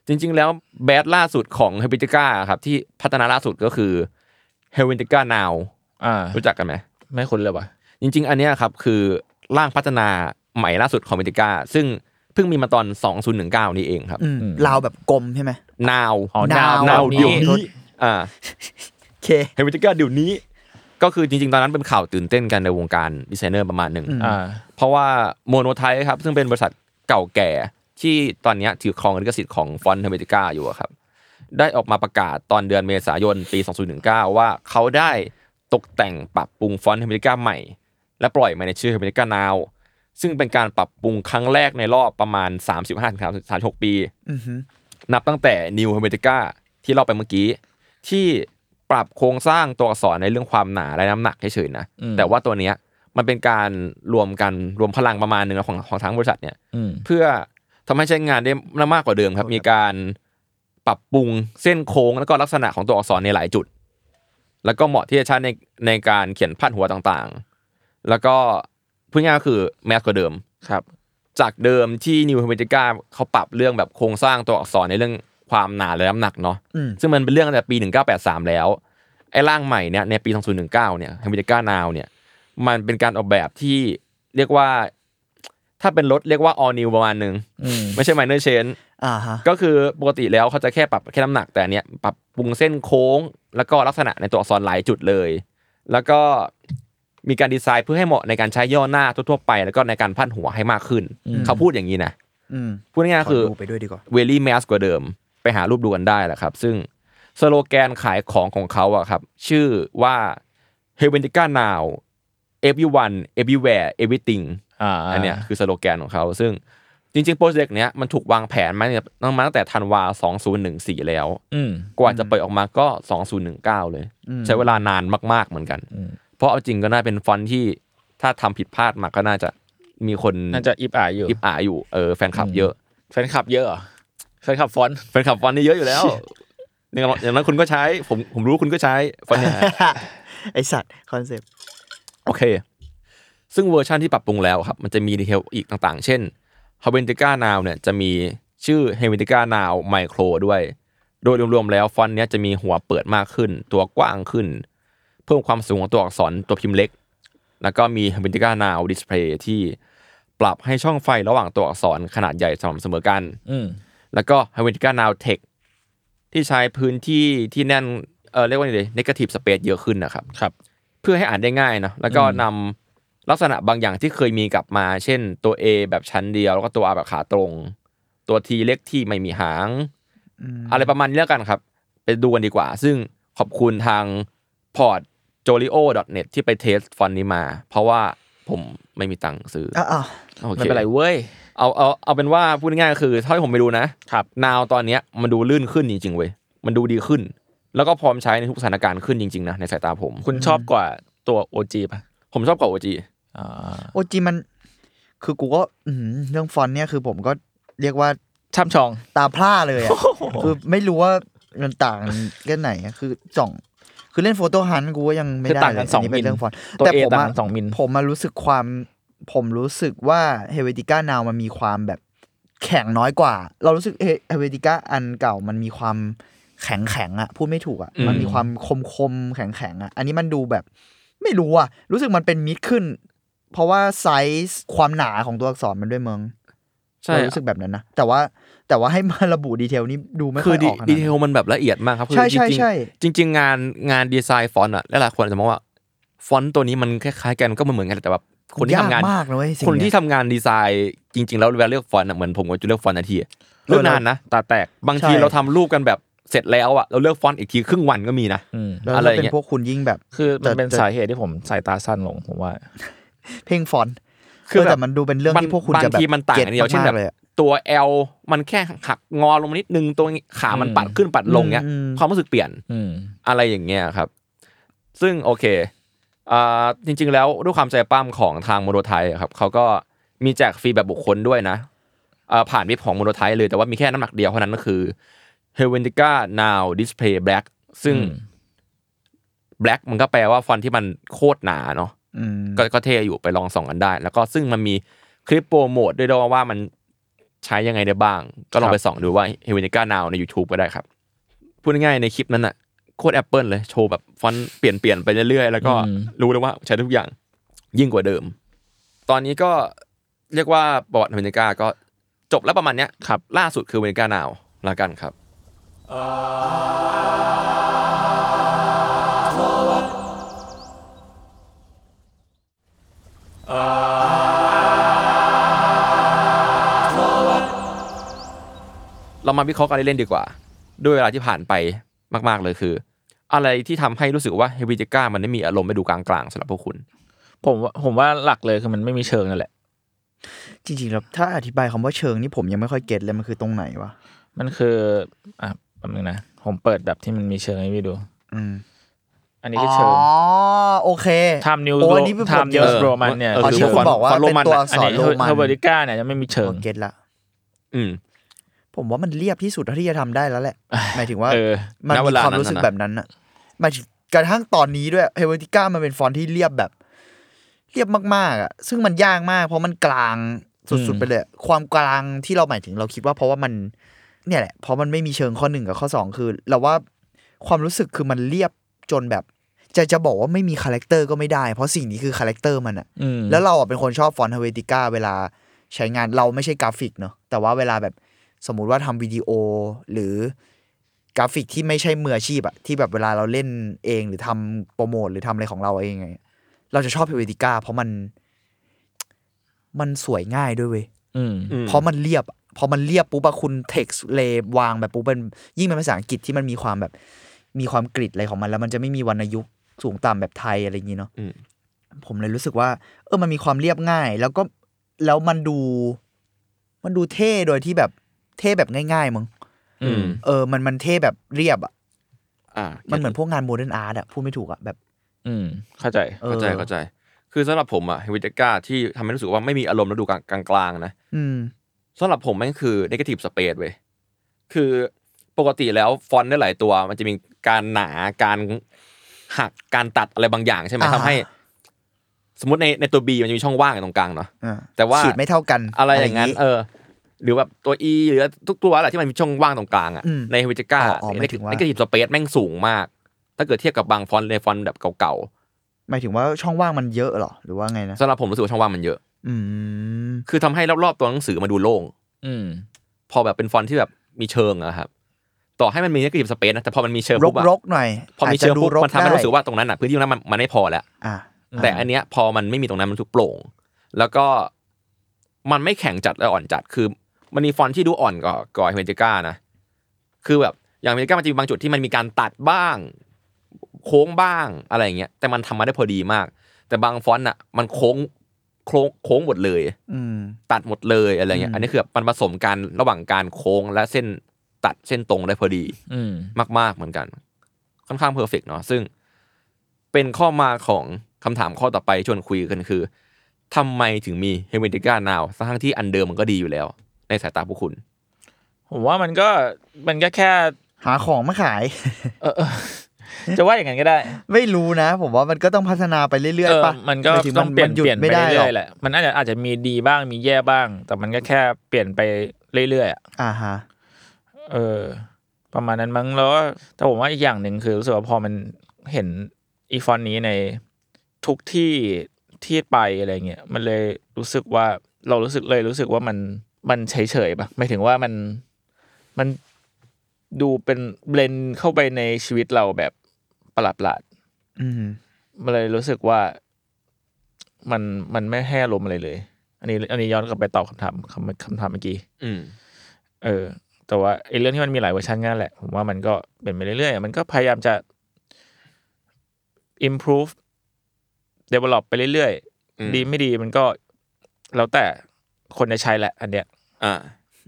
S3: จริง ๆ แล้วแบดล่าสุดของเฮมิติก้าครับ ที่พัฒนาล่าสุดก็คือเฮมิติก้านาว
S2: อ่า
S3: รู้จักกันไหม
S2: ไม่คุ้นเลยว่ะ
S3: จริงๆ อันเนี้ยครับคือร่างพัฒนาใหม่ล่าสุดของเมติก้าซึ่งเพิ่งมีมาตอน 2019 นี่เองครับ
S4: อืมลาวแบบกลมใช่ไหม
S3: นาว
S2: อ๋อ
S4: Now
S2: นาว
S4: Now
S2: นี้
S4: เดี๋ยวนี้
S3: อ่า
S4: โอเค
S3: เฮมิติก้าเดี๋ยวนี้ ก็คือจริง ๆ ตอนนั้นเป็นข่าวตื่นเต้นกันในวงการดีไซเนอร์ประมาณหนึ่ง
S4: อืม
S2: อ่า
S3: เพราะว่าโมโนไทป์ครับ ซึ่งเป็นบริษัทเก่าแก่ที่ตอนเนี้ยถือครองลิขสิทธิ์ของฟอนต์เฮมิติก้าอยู่อะครับ ได้ออกมาประกาศตอนเดือนเมษายนปี 2019 ว่าเขาได้ตกแต่งปรับปรุงฟอนต์เฮมิลิก้าใหม่ และปล่อยมาในชื่อเฮมิลิก้านาว ซึ่งเป็นการปรับปรุงครั้งแรกในรอบประมาณ 35-36 ปี
S4: อือฮึ
S3: นับตั้งแต่นิวเฮมิลิก้าที่เล่าไปเมื่อกี้ ที่ปรับโครงสร้างตัวอักษรในเรื่องความหนาและน้ำหนักเฉยๆนะ
S2: อืม
S3: แต่ว่าตัวเนี้ยมันเป็นการรวมกันรวมพลังประมาณหนึ่งนะของของทั้งบริษัทเนี่ย
S2: อืม
S3: เพื่อทำให้ใช้งานได้มากกว่าเดิมครับ มีการปรับปรุงเส้นโค้งแล้วก็ลักษณะของตัวอักษรในหลายจุด แล้วก็เหมาะที่จะใช้ในในการเขียนพาดหัวต่างๆ แล้วก็พูดง่ายๆก็คือแมสกว่าเดิม
S2: ครับ
S3: จากเดิมที่นิวเฮมิติก้าเขาปรับเรื่องแบบโครงสร้างตัวอักษรในเรื่องความหนาและน้ำหนักเนาะ
S4: อืม
S3: ซึ่งมันเป็นเรื่องตั้งแต่ปี 1983 แล้ว ไอ้ร่างใหม่เนี่ยในปี 2019 เนี่ยเฮมิติก้านาวเนี่ยมันเป็นการออกแบบที่เรียกว่า ถ้าเป็นรถเรียกว่า all new ประมาณหนึ่ง
S2: อืม
S3: ไม่ใช่ minor change
S4: อ่าฮะ
S3: ก็คือปกติแล้วเขาจะแค่ปรับแค่น้ำหนักแต่อันเนี้ยปรับปรุงเส้นโค้ง แล้วก็ลักษณะในตัวอักษรหลายจุดเลย แล้วก็มีการดีไซน์เพื่อให้เหมาะในการใช้ย่อหน้าทั่วๆไป แล้วก็ในการพันหัวให้มากขึ้น เขาพูดอย่างนี้นะ
S4: อืม
S3: พูดง่า
S4: ข
S3: ยๆคือ
S4: ดูไปด้วยดีกว่า
S3: เวลี่แมสกว่าเดิม ไปหารูปดูกันได้แหละครับ ซึ่งสโลแกนขายของของเขาอะครับ ชื่อว่า h e v e n t i c a Now Everyone Everywhere Everything
S2: อ่า
S3: อันเนี้ยคือสโลแกนของเขา ซึ่งจริงๆ โปรเจกต์เนี้ยมันถูกวางแผนมาเนี่ยตั้งมาตั้งแต่ธันวา 2014 แล้ว
S2: อืม
S3: กว่าจะเปิดออกมาก็ 2019 เลย ใช้เวลานานมากๆเหมือนกัน
S2: อืม
S3: เพราะเอาจริงก็น่าเป็นฟอนต์ที่ถ้าทำผิดพลาดมาก็น่าจะมีคน
S2: น่าจะอิบอายอยู่
S3: อิบอายอยู่เออแฟนคลับเยอะ
S2: แฟนคลับเยอะเหรอแฟนคลับฟอนต์
S3: แฟนคลับฟอนต์นี่เยอะอยู่แล้ว อย่างน้อยอย่างนั้นคุณก็ใช้ ผมผมรู้คุณก็ใช้ฟอนต์เนี่ย
S4: ไอสัตว์คอนเซปต์
S3: โอเค ซึ่งเวอร์ชันที่ปรับปรุงแล้วครับ มันจะมีดีเทลอีกต่างๆ เช่น h a v e n t i c a Now เนี่ยจะมีชื่อ h a v e n t i c a Now Micro ด้วย โดยรวมๆแล้วฟอนต์เนี้ยจะมีหัวเปิดมากขึ้น ตัวกว้างขึ้น เพิ่มความสูงของตัวอักษรตัวพิมพ์เล็ก แล้วก็มี h a v e n t i c a Now Display ที่ปรับให้ช่องไฟระหว่างตัวอักษรขนาดใหญ่สม่ำเสมอกัน
S2: อืม
S3: แล้วก็ h a v e n t i c a Now Tech ที่ใช้พื้นที่ที่แน่นเออเรียกว่าไงดี negative space เยอะขึ้นนะครับ
S2: ครับ
S3: เพื่อให้อ่านได้ง่ายเนอะแล้วก็นำลักษณะบางอย่างที่เคยมีกลับมา เช่นตัว A แบบชั้นเดียว แล้วก็ตัว R แบบขาตรง ตัว T เล็กที่ไม่มีหาง อะไรประมาณนี้แล้วกันครับ ไปดูกันดีกว่า ซึ่งขอบคุณทาง portjolio.net ที่ไปเทสฟอนต์นี้มา เพราะว่าผมไม่มีตังค์ซื้ออ
S4: อ้าวอ้าว
S3: โอค
S2: ไม่เป็นไรเว้ย
S3: เอาเอาเอาเป็นว่าพูดง่ายๆก็คือเท่าที่ผมไปดูนะครับ นาวตอนเนี้ยมันดูลื่นขึ้นจริงๆเว้ยมันดูดีขึ้น แล้วก็พร้อมใช้ในทุกสถานการณ์ขึ้นจริงๆนะในสายตาผม
S2: คุณชอบกว่าตัว OG ป่ะ
S3: ผมชอบกับโอจี
S2: อ่า
S4: โอจีมัน คือกูก็อือหือเรื่องฟอนต์เนี่ยคือผมก็เรียกว่า
S2: ช่ำชอง
S4: ตาพร่าเลยอ่ะ คือไม่รู้ว่ามันต่างกันไหนอะคือจ่อง คือเล่นโฟโต้ฮันต์กูก็ยังไม่
S2: คือ
S4: ได้
S2: ต่างกัน
S4: เลย
S2: สอง
S4: เป็
S2: มิล
S4: เรื่องฟอนต์
S2: ตัว
S4: แต่
S2: A
S4: ผม
S2: ต่าง
S4: อะ
S2: กันสองมิล
S4: ผมมารู้สึกความ ผมรู้สึกว่าเฮเวติก้านาวมันมีความแบบแข็งน้อยกว่า เรารู้สึกเฮเวติก้าอันเก่ามันมีความแข็งแข็งๆอะพูดไม่ถูกอะมันมีความคมคมๆแข็งแข็งๆอะอันนี้มันดูแบบ ไม่รู้อะรู้สึกมันเป็นมิดขึ้น เพราะว่าไซส์ความหนาของตัวอักษรมันด้วยเมือง เรารู้สึกแบบนั้นนะ แต่ว่าแต่ว่าให้มาระบุดีเทลนี้ดูไม่
S3: คื
S4: ค่
S3: อ
S4: อยออกขนาด
S3: ดี
S4: นั้
S3: เท
S4: น
S3: ลมันแบบละเอียดมากครับคือ
S4: ใช่ใช่ใช่
S3: จริงๆจริง ๆ งานงานดีไซน์ฟอนต์อะหลายๆคนอาจจะมองว่าฟอนต์ตัวนี้มันคล้ายๆกันก็เหมือนๆกันแต่แบบคนที่
S4: ยาก
S3: ทำงาน
S4: มากนะเลยสิ่ง
S3: คนที่
S4: เย
S3: ทำงานดีไซน์จริง ๆ แล้วเวลาเลือกฟอนต์อะเหมือนผมก็จะเลือกฟอนต์นาทีเลือกนานนะ
S2: ตาแตก
S3: บางที
S4: ใช่
S3: เราทำรูปกันแบบเสร็จแล้วอะเราเลือกฟอนต์อีกทีครึ่งวันก็มีนะ
S2: อืม
S4: แล้ว
S3: อะไร
S4: ถ้า
S3: อย่าง
S4: เป็
S3: เงี้
S4: น
S3: ย
S4: พวกคุณยิ่งแบบ
S2: คือมัน
S4: แต่
S2: เป็นสาเหตุที่ผมสายตาสั้นลงผมว่า
S4: เพ่งฟอนต์
S3: คือ
S4: เแต่
S3: แบบ
S4: มันดูเป็นเรื่องที่พวกคุณจะแบบ
S3: บางทีมันต่างกันเดียวเช่นแบ
S4: ก็ตมา
S3: บ
S4: กเลยอะ
S3: ตัว L มันแค่หักงอลงมานิดนึงตัวขามัน
S2: อืม
S3: ปัดขึ้นปัดลงเงี้ย
S4: อืม
S3: ความรู้สึกเปลี่ยน
S2: อืม
S3: อะไรอย่างเงี้ยครับ ซึ่งโอเคอ่าจริง ๆ แล้วด้วยความใจปั้มของทางโมโนไทยครับเขาก็มีแจกฟรีแบบบุคคลด้วยนะอ่าผ่านเว็บของโมโนไทยเลยแต่ว่ามีแค่น้ำหนักเดียวเท่านั้นก็คือ h e l v e n t i c a Now Display Black ซึ่ง
S2: อืม
S3: Black มันก็แปลว่าฟอนต์ที่มันโคตรหนาเนาะ
S4: อืม
S3: ก็ก็เท่อยู่ไปลองส่องกันได้ แล้วก็ซึ่งมันมีคลิปโปรโมทด้วยด้วยว่ามันใช้ยังไงได้บ้าง ก็ลองไปส่องดูว่าเฮเวนิก้านาวใน YouTube ก็ได้ครับ พูดง่ายๆในคลิปนั้นอะโคตรแอปเปิลเลยโชว์แบบฟอนต์เปลี่ยนเปลี่ยนไปเรื่อยๆ แล้วก็
S2: อืม
S3: รู้เลยว่าใช้ทุกอย่างยิ่งกว่าเดิม ตอนนี้ก็เรียกว่าประวัติเฮเวนิก้าก็จบแล้วประมาณเนี้ยครับล่าสุดคือเฮเวนิก้านาวละกันครับ เรามาวิเคราะห์กันเล่นๆดีกว่า ด้วยเวลาที่ผ่านไปมาก ๆ เลยคือ อะไรที่ทำให้รู้สึกว่าเฮวิจิก้ามันไม่มีอารมณ์ไม่ดูกลางๆสำหรับพวกคุณ
S2: ผมว่าผมว่าหลักเลยคือมันไม่มีเชิงนั่นแหละ
S4: จริงๆแล้วถ้าอธิบายคำว่าเชิงนี่ผมยังไม่ค่อยเก็ตเลยมันคือตรงไหนวะ
S2: มันคืออ่ะแป๊บนึงนะ ผมเปิดแบบที่มันมีเชิงให้พี่ดู
S4: อืม
S2: อันนี้
S4: อ๋
S2: คือ อเชิง
S4: โอเค
S2: ไทม์นิว
S4: โอ้
S2: โร
S4: อันนี้เป็น
S2: ไท
S4: ผม
S2: ม์
S4: เจ
S2: นิว
S4: อ
S2: โรมันเนี่ย
S3: เออ
S4: อ๋อที่คุณบอกว่า
S3: ฟอนต์
S4: เป็น
S3: โรมัน
S4: ตัวอัก
S2: อัน
S4: ษร
S2: นี้
S4: โรมัน
S2: เฮอร์เบริก้าเนี่ยยังไม่มีเชิง
S4: โอเก็ตละ
S3: อืม
S4: ผมว่ามันเรียบที่สุดเท่าที่จะทำได้แล้วแหละ หมายถึงว่า
S2: เออ
S4: มัน
S3: ณเว
S4: มี
S3: ลา
S4: ความ
S3: นั้น
S4: รู้สึก
S3: น่ะนะ
S4: แบบนั้นอะหมายถึงกระทั่งตอนนี้ด้วยเฮเวอร์ติก้ามันเป็นฟอนต์ที่เรียบแบบ เรียบมากๆอะซึ่งมันยากมาก เพราะมันกลางสุดๆไปเลย ความกลางที่เราหมายถึงเราคิดว่าเพราะว่ามัน เนี่ยแหละเพราะมันไม่มีเชิงข้อหนึ่งกับข้อสองคือ เราว่าความรู้สึกคือมันเรียบจนแบบ จะจะบอกว่าไม่มีคาแรคเตอร์ก็ไม่ได้ เพราะสิ่งนี้คือคาแรคเตอร์มันอะ
S2: อืม
S4: แล้วเราอ่ะเป็นคนชอบฟอนต์ฮเวติก้าเวลาใช้งานเราไม่ใช่กราฟิกเนอะแต่ว่าเวลาแบบสมมุติว่าทำวิดีโอหรือกราฟิกที่ไม่ใช่มืออาชีพอะที่แบบเวลาเราเล่นเองหรือทำโปรโมทหรือทำอะไรของเราเองไงเราจะชอบเฮเวติก้าเพราะมัน มันสวยง่ายด้วยเว้ย
S2: อืม
S3: อืม
S4: เพราะมันเรียบอะพอมันเรียบปุ๊บอะคุณเท็กซ์เลวางแบบปุ๊บเป็นยิ่งเป็นภาษาอังกฤษที่มันมีความแบบ มีความกริดอะไรของมัน แล้วมันจะไม่มีวรรณยุกต์สูงต่ำแบบไทยอะไรอย่างนี้เนาะ
S3: อืม
S4: ผมเลยรู้สึกว่า เออมันมีความเรียบง่าย แล้วก็แล้วมันดู มันดูเท่โดยที่แบบเท่แบบง่ายๆมึง
S2: อืม
S4: เออมันมันเท่แบบเรียบอะ
S3: อ่า
S4: มั
S3: มัน
S4: เหมือนพวกงานโมเดิร์นอาร์ตอะพูดไม่ถูกอะแบบ
S2: อืม เข้าใจ
S4: ออ
S3: เข้าใจเข้าใจ คือสำหรับผมอะเฮวิจิก้าที่ทำให้รู้สึกว่าไม่มีอารมณ์แล้วดูกลางๆนะ
S4: อืม
S3: สำหรับผมแมันคือ negative space เว้ย คือปกติแล้วฟอนต์ได้หลายตัว มันจะมีการหนา การหัก การตัดอะไรบางอย่างใช่ไหม
S4: อ่า
S3: ทำให้ สมมติในในตัว B มันจะมีช่องว่างอยู่ตรงกลางเนาะ
S4: อ่ะ
S3: แต่ว่า
S4: ขีดไม่เท่ากัน
S3: อะไรอย่างนั้น
S4: ะไร
S3: เออ หรือแบบตัว E หรือทุกตัวอะไรที่มันมีช่องว่างตรงกลางอะ
S4: อืม
S3: ในวิจิก้า
S4: อ๋ออ๋อหมายถึงว่า
S3: ในกระดิบสเปซแม่งสูงมาก ถ้าเกิดเทียบกับบางฟอนต์ในฟอนต์แบบเก่า
S4: หมายถึงว่าช่องว่างมันเยอะเหรอหรือว่าไงนะ
S3: ๆสำหรับผมรู้สึกว่าช่องว่างมันเยอะ
S4: อืม
S3: คือทำให้รอบๆตัวหนังสือมาดูโล่ง
S2: อืม
S3: พอแบบเป็นฟอนต์ที่แบบมีเชิงอะครับ ต่อให้มันมีนักกิจสเปซนะแต่พอมันมีเชิง
S4: ร
S3: ปุ๊
S4: ก
S3: บอะ
S4: รกๆหน่อย
S3: พอมี
S4: าจ
S3: เชิง
S4: จะดู
S3: ปุ๊บ
S4: รก
S3: มันทำให้
S4: ได้
S3: รู้สึกว่าตรงนั้นอะพื้นที่ตรงนั้นมันมันไม่พอแล้ว
S4: อ่ะ
S3: แต่อันเนี้ยพอมันไม่มีตรงนั้นมันถูกโปร่ง แล้วก็มันไม่แข็งจัดและอ่อนจัดคือมันมีฟอนต์ที่ดูอ่อนกว่ากว่าเฮนเจก้านะคือแบบอย่างเฮนเจก้ามันจะมีบางจุดที่มันมีการตัดบ้าง โค้งบ้างอะไรอย่างเงี้ยแต่มันทำมาได้พอดีมาก แต่บางฟอนต์อะมันโค้งโค้งโค้งหมดเลย
S4: อืม
S3: ตัดหมดเลยอะไร
S4: อื
S3: เงี้ย
S4: ม
S3: อันนี้คือแบบมันผสมกันระหว่างการโค้งและเส้นตัดเส้นตรงได้พอดี
S2: อืม
S3: มาก ๆ เหมือนกัน ค่อนข้างเพอร์เฟกเนาะซึ่งเป็นข้อมาของคำถามข้อต่อไปชวนคุยกันคือทำไมถึงมีเฮเวนติก้านาวทั้งที่อันเดิมมันก็ดีอยู่แล้ว ในสายตาพวกคุณ
S2: ผมว่ามันก็มันก็แค่
S4: หาของมาขาย
S2: เออเอ อจะว่าอย่างนั้นก็ได้
S4: ไม่รู้นะ ผมว่ามันก็ต้องพัฒนาไปเรื่อยๆปะ
S2: เออมันก็
S4: หายถึ
S2: ต้องเปลี่ยน
S4: หยุด
S2: เปลี่ยนไป
S4: ไม่ได้หร
S2: เรื่
S4: อก
S2: อยๆแหละ มันอาจจะอาจจะมีดีบ้างมีแย่บ้าง แต่มันก็แค่เปลี่ยนไปเรื่อยๆอะ
S4: อ่าฮะ
S2: เออ ประมาณนั้นมั้งแล้วก็แต่ผมว่าอีกอย่างหนึ่งคือรู้สึกว่าพอมันเห็นอีฟอนต์นี้ในทุกที่ที่ไปอะไรเงี้ยมันเลยรู้สึกว่าเรารู้สึกเลยรู้สึกว่ามันมันเฉยๆปะไม่ถึงว่ามันมันดูเป็นเบลนเข้าไปในชีวิตเราแบบประหลาดๆ
S4: อืม
S2: มันเลยรู้สึกว่ามันมันไม่ให้อารมณ์อะไรเลย อันนี้อันนี้ย้อนกลับไปตอบคำถามคำคำถามเมื่อกี้
S3: อืม
S2: เออ แต่ว่าไอ้เรื่องที่มันมีหลายเวอร์ชันนั่นแหละ ผมว่ามันก็เปลี่ยนไปเรื่อยๆ มันก็พยายามจะ improve develop ไปเรื่อย
S3: อืม
S2: ๆ ดีไม่ดีมันก็แล้วแต่คนจะใช้แหละ อันเนี้ย
S3: อ่า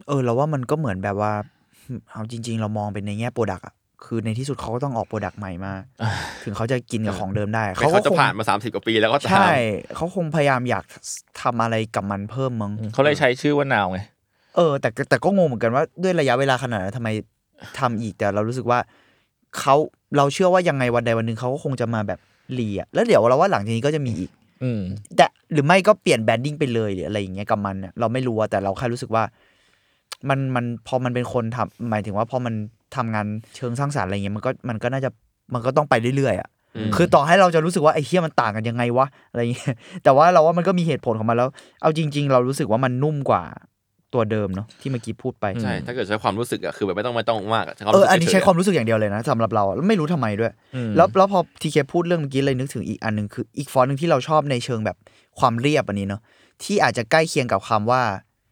S4: เออเราว่ามันก็เหมือนแบบว่า เอาจริง ๆ เรามองเป็นในแง่โปรดักอะคือในที่สุดเขาก็ต้องออกโปรดักต์ใหม่มา ถึงเขาจะกินกับของเดิมได้
S3: เขา
S4: ก็
S3: จะ
S4: คง
S3: ผ่านมาสามสิบกว่าปีแล้วก็ตาม
S4: ใช่ เขาคงพยายามอยากทำอะไรกับมันเพิ่มมั้ง
S2: เขาเลยใช้ชื่อว่านาวไง
S4: เออแต่ก็แต่ก็งงเหมือนกันว่าด้วยระยะเวลาขนาดนั้นทำไมทำอีกแต่เรารู้สึกว่าเขาเราเชื่อว่ายังไงวันใดวันหนึ่งเขาก็คงจะมาแบบเลียแล้วเดี๋ยวเราว่าหลังจากนี้ก็จะมีอีก
S2: อืม
S4: แต่หรือไม่ก็เปลี่ยนแบรนดิ้งไปเลยหรืออะไรอย่างเงี้ยกับมันเนี่ยเราไม่รู้อะแต่เราแค่รู้สึกว่า มันมันพอมันเป็นคนทำหมายถึงว่าพอมันทำงานเชิงสร้างสรรค์อะไรเงี้ยมันก็มันก็น่าจะมันก็ต้องไปเรื่อยๆอะ
S3: อืม
S4: คือต่อให้เราจะรู้สึกว่าไอ้เฮี้ยมันต่างกันยังไงวะอะไรเงี้ย แต่ว่าเราว่ามันก็มีเหตุผลของมันแล้ว เอาจริง ๆ เรารู้สึกว่ามันนุ่มกว่าตัวเดิมเนาะที่เมื่อกี้พูดไป
S3: ใช่ ถ้าเกิดใช้ความรู้สึกอะคือแบบไม่ต้องไม่ต้องมากะใช้ความ
S4: เอ
S3: รู้
S4: อ
S3: สึก
S4: อันนี้
S3: เฉยๆ
S4: ใช้ความรู้สึกอย่างเดียวเลยนะสำหรับเราอะแล้วไม่รู้ทำไมด้วย
S2: อืม
S4: แล้วแล้วพอทีเคพูดเรื่องเมื่อกี้เลยนึกถึงอีกอันหนึ่งคืออีกฟอนต์หนึ่งที่เราชอบในเชิงแบบความเรียบอันนี้เนาะที่อาจจะใกล้เคียงกับคำว่า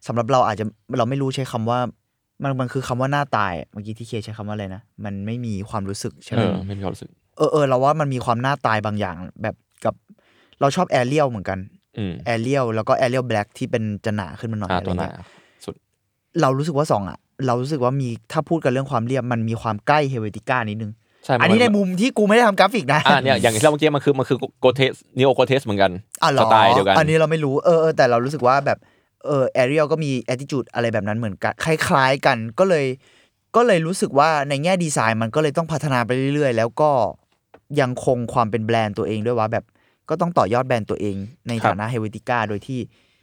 S4: สำหรับเราอาจจะเราไม่รู้ใช้คำว่า มันมันคือคำว่าหน้าตายอะเมื่อกี้ที่เคใช้คำว่าอะไรนะ มันไม่มีความรู้สึกใช่ไห
S3: เอ
S4: ม
S3: อไม่มีความรู้สึก
S4: เออเออเราว่ามันมีความหน้าตายบางอย่างแบบกับเราชอบแอเรียลเหมือนกัน
S3: อืม
S4: แอเรียลแล้วก็แอเรียลแบล็กที่เป็นจะหนาขึ้นมาหน่อย
S3: อ่า
S4: อะไร
S3: ตัวหน้า
S4: เงี้ย
S3: สุด
S4: เรารู้สึกว่าสองอ่ะ เรารู้สึกว่ามีถ้าพูดกันเรื่องความเรียบมันมีความใกล้เฮเวติก้านิดนึง
S3: ใช่มั
S4: อันนี้ในมุมที่กูไม่ได้ทำกราฟิกนะ
S3: อ่าเนี่ยอย่างที่เราเมื่อกี้มันคือมันคือโกเทสนิโอโกเทสเหมือนกัน
S4: อ่ะหร
S3: ส
S4: อ
S3: ไตล์เดียวกัน
S4: อันนี้เราไม่รู้เออเออแต่เรารู้สึกว่าแบบเออแอเรียลก็มีแอ t i ิจูดอะไรแบบนั้นเหมือนกันคล้าย ๆกันก็เลยก็เลยรู้สึกว่าในแง่ดีไซน์มันก็เลยต้องพัฒนาไปเรื่อยๆ แล้วก็ยังคงความเป็นแบรนด์ตัวเองด้วยว่าแบบ ก็ต้องต่อยอดแบรนด์ตัวเองใน
S2: ครับ
S4: ฐานะเฮเวติก้าโดยที่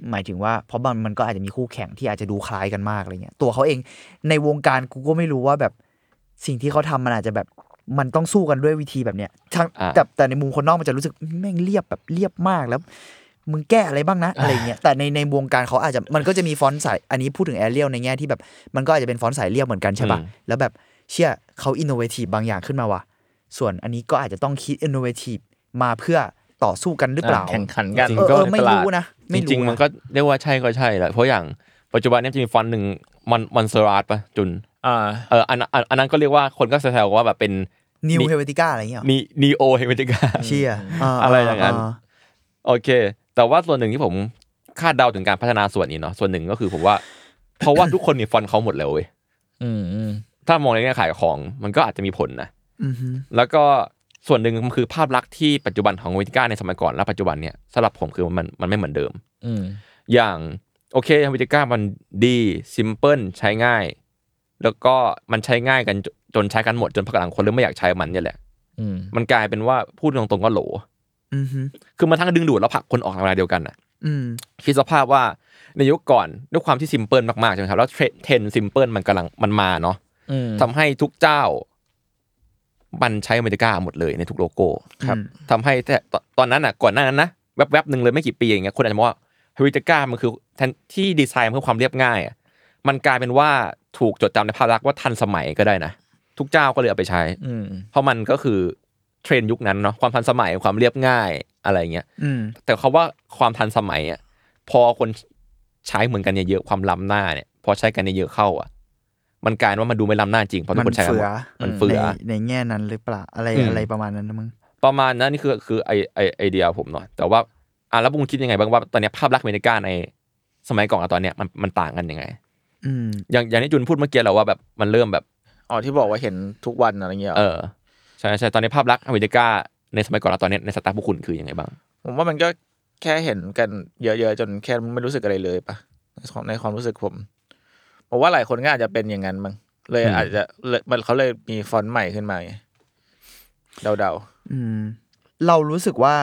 S4: หมายถึงว่า เพราะมันมันก็อาจจะมีคู่แข่งที่อาจจะดูคล้ายกันมากอะไรเงี้ยตัวเขาเองในวงการกูก็ไม่รู้ว่าแบบสิ่งที่เขาทำมันอาจจะแบบมันต้องสู้กันด้วยวิธีแบบเนี้ยทั้ง
S3: อ่า
S4: แต่แต่ในมุมคนนอกมันจะรู้สึกแม่งเรียบแบบเรียบมากแล้ว มึงแก้อะไรบ้างนะ อะไรเงี้ยแต่ในในวงการเขาอาจจะมันก็จะมีฟอนต์สายอันนี้พูดถึงแอเรียลในแง่ที่แบบมันก็อาจจะเป็นฟอนต์สายเรียบเหมือนกันใช่ปะ
S3: อืม
S4: แล้วแบบเชื่อเขาอินโนเวทีฟบางอย่างขึ้นมาว่ะ ส่วนอันนี้ก็อาจจะต้องคิดอินโนเวทีฟมาเพื่อต่อสู้กันหรือเปล่า
S2: แข่งขันกัน
S3: จริง
S4: เออ
S3: ก็
S4: เออ
S2: ใน
S4: ไม่
S2: ตลาด
S4: รู้นะ
S3: จ
S4: ไม่
S3: ริง
S4: รู้
S3: จริงๆ มันก็เรียกว่าใช่ก็ใช่แหละเพราะอย่างปัจจุบันเนี้จะมีฟอนต์หนึ่งมันมันเซราร์ปะจุน
S2: อ่า
S3: เอออันอันอันนั้นก็เรียกว่าคนก็แซวๆว่าแบบเป็น
S4: นิว
S3: มี
S4: เฮเวติก้าอะไรเงี้ยเหรอ
S3: นีนีโอเฮมิติกา
S4: เชียา
S3: อะไรอย่างนั้น
S4: า
S3: โอเค แต่ว่าส่วนหนึ่งที่ผมคาดเดาถึงการพัฒนาส่วนนี้เนาะส่วนหนึ่งก็คือผมว่า เพราะว่าทุกคนมีฟอนต์เขาหมดแล้วเว้ย
S2: อืมอืม
S3: ถ้ามองในแง่ขายของมันก็อาจจะมีผลนะ
S4: อือฮึ
S3: แล้วก็ส่วนหนึ่งมันคือภาพลักษณ์ที่ปัจจุบันของเวติก้าในสมัยก่อนและปัจจุบันเนี่ยสำหรับผมคือมันมันไม่เหมือนเดิม
S2: อืม
S3: อย่างโอเคเวติก้ามันดีซิมเพิลใช้ง่าย แล้วก็มันใช้ง่ายกันจจนใช้กันหมดจนพักหลังคนเริ่มไม่อยากใช้มันเนี่ยแหละ
S2: อืม
S3: มันกลายเป็นว่าพูดตรงๆก็โหล
S4: อือฮึ
S3: คือมันทั้งดึงดูดแล้วผลักคนออกในเวลาเดียวกันน่ะ
S4: อืม
S3: คิดสภาพว่าในยุคก่อนด้วยความที่ซิมเพิลมากๆใช่ไหมครับ แล้วเทรนเทรนซิมเพิลมันกำลังมันมาเนาะ
S2: อืม
S3: ทำให้ทุกเจ้า มันใช้อเมริกาหมดเลยในทุกโลโก้
S2: ครับ
S3: ทำให้แต่ตตอนนั้นอ่ะก่อนหน้านั้นนะแวบๆหนึ่งเลยไม่กี่ปีอย่างเงี้ยคนอาจจะมองว่าเฮริก้ามันคือแทนที่ดีไซน์มันเพื่อความเรียบง่ายอะมันกลายเป็นว่าถูกจดจำในภาพลักษณ์ว่าทันสมัยก็ได้นะทุกเจ้าก็เลยเอาไปใช้
S2: อืม
S3: เพราะมันก็คือเทรนด์ยุคนั้นเนาะความทันสมัยความเรียบง่ายอะไรเงี้ย
S4: อืม
S3: แต่คาว่าความทันสมัยอ่ะพอคนใช้เหมือนกันเยอะๆความล้ำหน้าเนี่ย พอใช้กันเยอะๆเข้าอ่ะ มันกลายว่ามันดูไม่ล้ำหน้าจริงเพราะทุกคนใช้กัน
S4: เฟื
S3: หม
S4: อ
S3: ดมันเฟือ
S4: ในในแง่นั้นหรือเปล่าอะไร
S3: อืม
S4: อะไรประมาณนั้นนะมึง
S3: ประมาณนั้นนี่คือคือไอไอไอเดียผมเนาะแต่ว่าอ่ะแล้วบุงคิดยังไงบ้างว่าตอนเนี้ยภาพลักษณ์อเมริกาในสมัยก่อนกับตอนเนี้ยมันมันต่างกันยังไง
S4: อืม
S3: อย่างอย่างที่จุนพูดเมื่อกี้แหละว่าแบบมันเริ่มแบบ
S2: อ๋อที่บอกว่าเห็นทุกวันอะไรเงี้ยหรอ
S3: เออใช่ใช่ตอนนี้ภาพลักษณ์อเมริกาในสมัยก่อนกับตอนเนี้ยในสายตาพวกคุณคือยังไงบ้าง
S2: ผมว่ามันก็แค่เห็นกันเยอะๆ จนแค่ไม่รู้สึกอะไรเลยปะในความในความรู้สึกผมผมว่าหลายคนก็อาจจะเป็นอย่างนั้นมั้งเลย
S3: อืม
S2: อาจจะเลยมันเขาเลยมีฟอนต์ใหม่ขึ้นมาไงเดา
S4: อืมเรารู้สึกว่า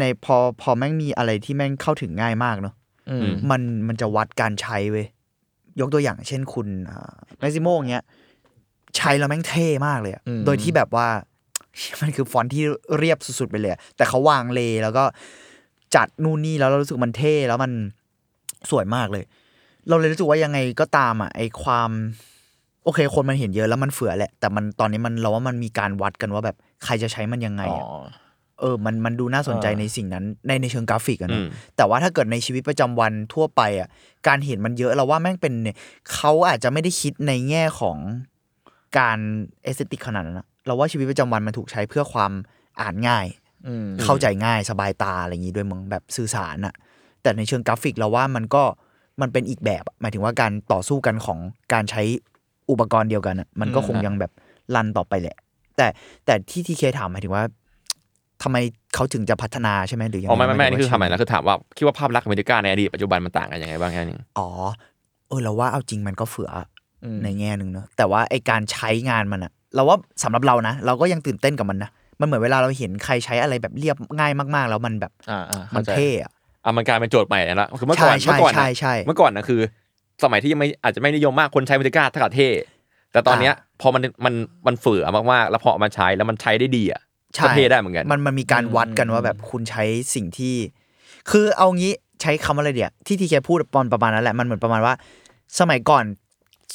S4: ในพอพอแม่งมีอะไรที่แม่งเข้าถึงง่ายมากเนอะ
S2: ๆอืม
S4: มันมันจะวัดการใช้เว้ย ยกตัวอย่างเช่นคุณแม็กซิโมงเงี้ย ใช้แล้วแม่งเท่มากเลยอะ
S2: อืม
S4: โดยที่แบบว่า มันคือฟอนต์ที่เรียบสุดๆไปเลยอะแต่เขาวางเลย์แล้วก็จัดนู่นนี่แล้วเรารู้สึกมันเท่แล้วมันสวยมากเลย เราเลยรู้สึกว่ายังไงก็ตามอ่ะไอความ โอเค คนมันเห็นเยอะแล้วมันเฟือแหละ แต่มันตอนนี้มันเราว่ามันมีการวัดกันว่าแบบใครจะใช้มันยังไง
S2: อ๋อ
S4: อะ เออ มัน มันดูน่าสนใจ
S2: อ่า
S4: ในสิ่งนั้น ใน ในเชิงกราฟิกอะเน
S3: อื
S4: อะ
S3: ม
S4: แต่ว่าถ้าเกิดในชีวิตประจำวันทั่วไปอะการเห็นมันเยอะเราว่าแม่งเป็นเนี่ยเขาอาจจะไม่ได้คิดในแง่ของการเอสเตติกขนาดนั้นนะเราว่าชีวิตประจำวันมันถูกใช้เพื่อความอ่านง่าย
S2: อืม
S4: เข้าใจง่ายสบายตาอะไรอย่างนี้ด้วยมึงแบบสื่อสารอะแต่ในเชิงกราฟิกเราว่ามันก็มันเป็นอีกแบบอะหมายถึงว่าการต่อสู้กันของการใช้อุปกรณ์เดียวกันอะมันก็
S2: อืม
S4: คงยังแบบลันต่อไปแหละ แต่แต่ที่ทีเคถามหมายถึงว่าทำไมเขาถึงจะพัฒนาใช่ไหมหรือยังง
S3: อ๋อไม่ไม่ไม่อันนี่คือ
S4: หาย
S3: ทำ
S4: ถึง
S3: ไม
S4: ว่า
S3: นะคือถามว่าคิดว่าภาพลักษณ์อเมริกาในอดีตปัจจุบันมันต่างกันยังไงบ้างแค่นี้
S4: อ๋อเออเราว่าเอาจริงมันก็เฟืออะ
S2: อืม
S4: ในแง่หนึ่งเนอะแต่ว่าไอการใช้งานมันอะเราว่าสำหรับเรานะ เราก็ยังตื่นเต้นกับมันนะมันเหมือนเวลาเราเห็นใครใช้อะไรแบบเรียบง่ายมากๆ แล้วมันแบบ
S2: อ่าอ่า
S4: มั
S2: ข้าน ใจ
S4: เท่อะ
S3: อ่ะมันกลายเป็นโจทย์ใหม่แล้วคือเมื่อก่อน
S4: ใช่
S3: เมื่อก่อน
S4: ใช่
S3: นะ
S4: ใช่ใช่
S3: เมื่อก่อนนะคือ สมัยที่ยังไม่อาจจะไม่นิยมมากคนใช้มิติก้าทักษะเท่แต่ตอนเนี้ยพอมันมันมันเฟื่อมากๆแล้วพอเอามันใช้แล้วมันใช้ได้ดีอ่ะ
S4: ใช่
S3: ก็เท่ได้เหมือนกัน
S4: มันมันมีการวัดกันว่าแบบคุณใช้สิ่งที่ คือเอางี้ใช้คำอะไรเดียที่ทีแกพูดปอนประมาณนั้นแหละมันเหมือนประมาณว่า สมัยก่อน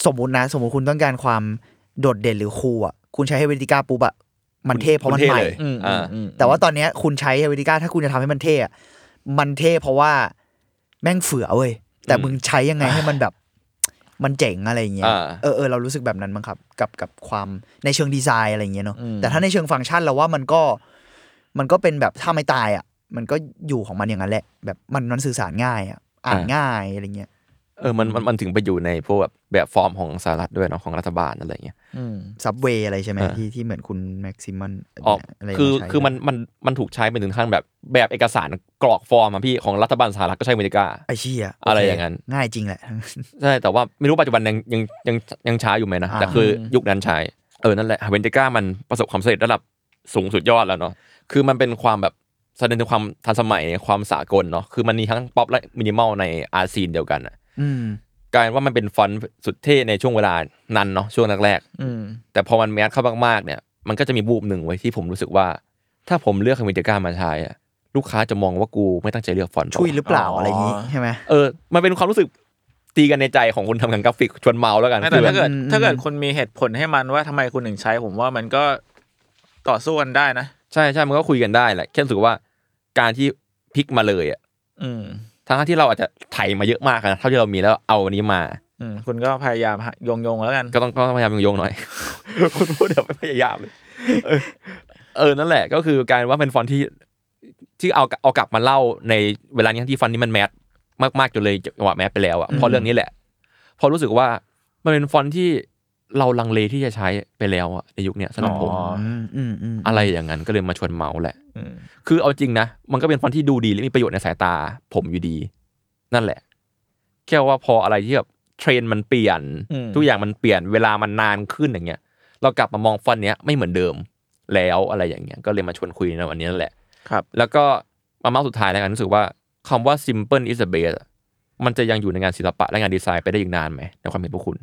S4: สมมตินะ สมมติคุณต้องการความโดดเด่นหรือคูลอะคุณใช้เฮเวติก้าปุ๊บอะมันเท่เพราะมันใหม่
S3: เลย
S2: อืมอื
S3: อ่าม
S2: อืม
S4: แต่ว่าตอนเนี้ยคุณใช้เฮเวติก้าถ้าคุณจะทำให้มันเท่อะมันเท่เพราะว่าแม่งเฟือเว้ยแต่มึงใช้ยังไงให้มันแบบ มันเจ๋งอะไรอย่างเงี้ย
S3: อ่า
S4: เออเออเรารู้สึกแบบนั้นมั้งครับ กับกับความในเชิงดีไซน์อะไรอย่างเงี้ยเนาะ
S2: อืม
S4: แต่ถ้าในเชิงฟังก์ชันเราว่ามันก็ มันก็เป็นแบบถ้าไม่ตายอ่ะ มันก็อยู่ของมันอย่างนั้นแหละ แบบมันมันสื่อสารง่ายอ่ะอ่านง่ายอะไรเงี้ย
S3: เออมันมันมันถึงไปอยู่ในพวกแบบแบบฟอร์มของสหรัฐด้วยเนาะของรัฐบาลอะไรอย่างเงี้ย
S2: อืม
S4: ซับเวย์อะไรใช่ไหม
S3: อ่า
S4: ที่ที่เหมือนคุณแม็กซิมันะ
S3: ออก
S4: ไรนะ
S3: คือ
S4: ใช้
S3: คือมันมันมันถูกใช้เป็นถึงขั้นแบบแบบเอกสารกรอกฟอร์มอะพี่ของรัฐบาลสหรัฐก็ใช้อเมริกา
S4: ไอเชี่ย
S3: อะไร
S4: โเค
S3: อย่างนั้น
S4: ง่ายจริงแหละ
S3: ใช่แต่ว่าไม่รู้ปัจจุบันยังยังยังยังใช้อยู่ไหมนะ
S4: อ่า
S3: แต่คือยุคนั้นใช้ เออ นั่นแหละเวนเดก้ามันประสบความสำเร็จระดับสูงสุดยอดแล้วเนาะคือมันเป็นความแบบแสดงถึงความทันสมัยความสากลเนาะคือมันมีทั้งป๊อปและมินิมอลในอาซีนเดียวกันอะ
S4: อืม
S3: กลายเป็นว่ามันเป็นฟอนต์สุดเท่ในช่วงเวลานั้นเนาะช่วงแรก
S2: อืม
S3: ๆแต่พอมันแมสเข้ามากๆเนี่ยมันก็จะมีบูมหนึ่งไว้ยที่ผมรู้สึกว่า ถ้าผมเลือกเวนเดก้ามาใช้อะลูกค้าจะมองว่ากูไม่ตั้งใจเลือกฟอนต์ปะ
S4: ช่วยหรือเปล่า
S2: อ๋ออ
S4: อะไรอย่างงี้ใช่ไหม
S3: เออมันเป็นความรู้สึกตีกันในใจของคนทำงานกราฟิกชวนเมาแล้วกัน
S2: ไม่แต่ถ้าเกิด
S4: อืม
S2: ถ้าเกิดคุณมีเหตุผลให้มันว่าทำไมคุณถึงใช้ผมว่ามันก็ต่อสู้กันได้นะ
S3: ใช่ใช่มันก็คุยกันได้แหละแค่รู้สึกว่าการที่พลิกมาเลยอ่ะ
S2: อืม
S3: ทั้งที่เราอาจจะไถมาเยอะมากนะเท่าที่เรามีแล้วเอาอันนี้มา
S2: อืมคุณก็พยายามหาโยงโยงๆแล้วกัน
S3: ก็ต้องก็ต้องพยายามโยงๆหน่อย คุณพูดเดี๋ยวไม่พยายามเลยเออเออนั่นแหละก็คือการว่าเป็นฟอนต์ที่ที่เอาเอากลับมาเล่าในเวลานี้ที่ฟอนต์นี้มันแมสมากๆจนเลยจังหวะแมสไปแล้วอ่ะเพราะเรื่องนี้แหละเพอรู้สึกว่ามันเป็นฟอนต์ที่เราลังเลที่จะใช้ไปแล้วอ่ะในยุคเนี้ยสำหรับผม
S2: อ๋อ
S4: อืมอืมอืม
S3: อะไรอย่างนั้นก็เลยมาชวนเมาส์แหละ
S2: อืม
S3: คือเอาจริงนะ มันก็เป็นฟอนต์ที่ดูดีและมีประโยชน์ในสายตาผมอยู่ดี นั่นแหละ แค่ว่าพออะไรที่แบบเทรนด์มันเปลี่ยน
S2: อืม
S3: ทุกอย่างมันเปลี่ยนเวลามันนานขึ้นอย่างเงี้ย เรากลับมามองฟอนต์เนี้ยไม่เหมือนเดิมแล้วอะไรอย่างเงี้ยก็เลยมาชวนคุยในวันนี้นั่นแหละ
S2: ครับ
S3: แล้วก็มาเมาส์สุดท้ายแล้วกันรู้สึกว่าคำว่า simple is the best อะมันจะยังอยู่ในงานศิลปะและงานดีไซน์ไปได้อีกนานไหมในความเห็นพวกคุณ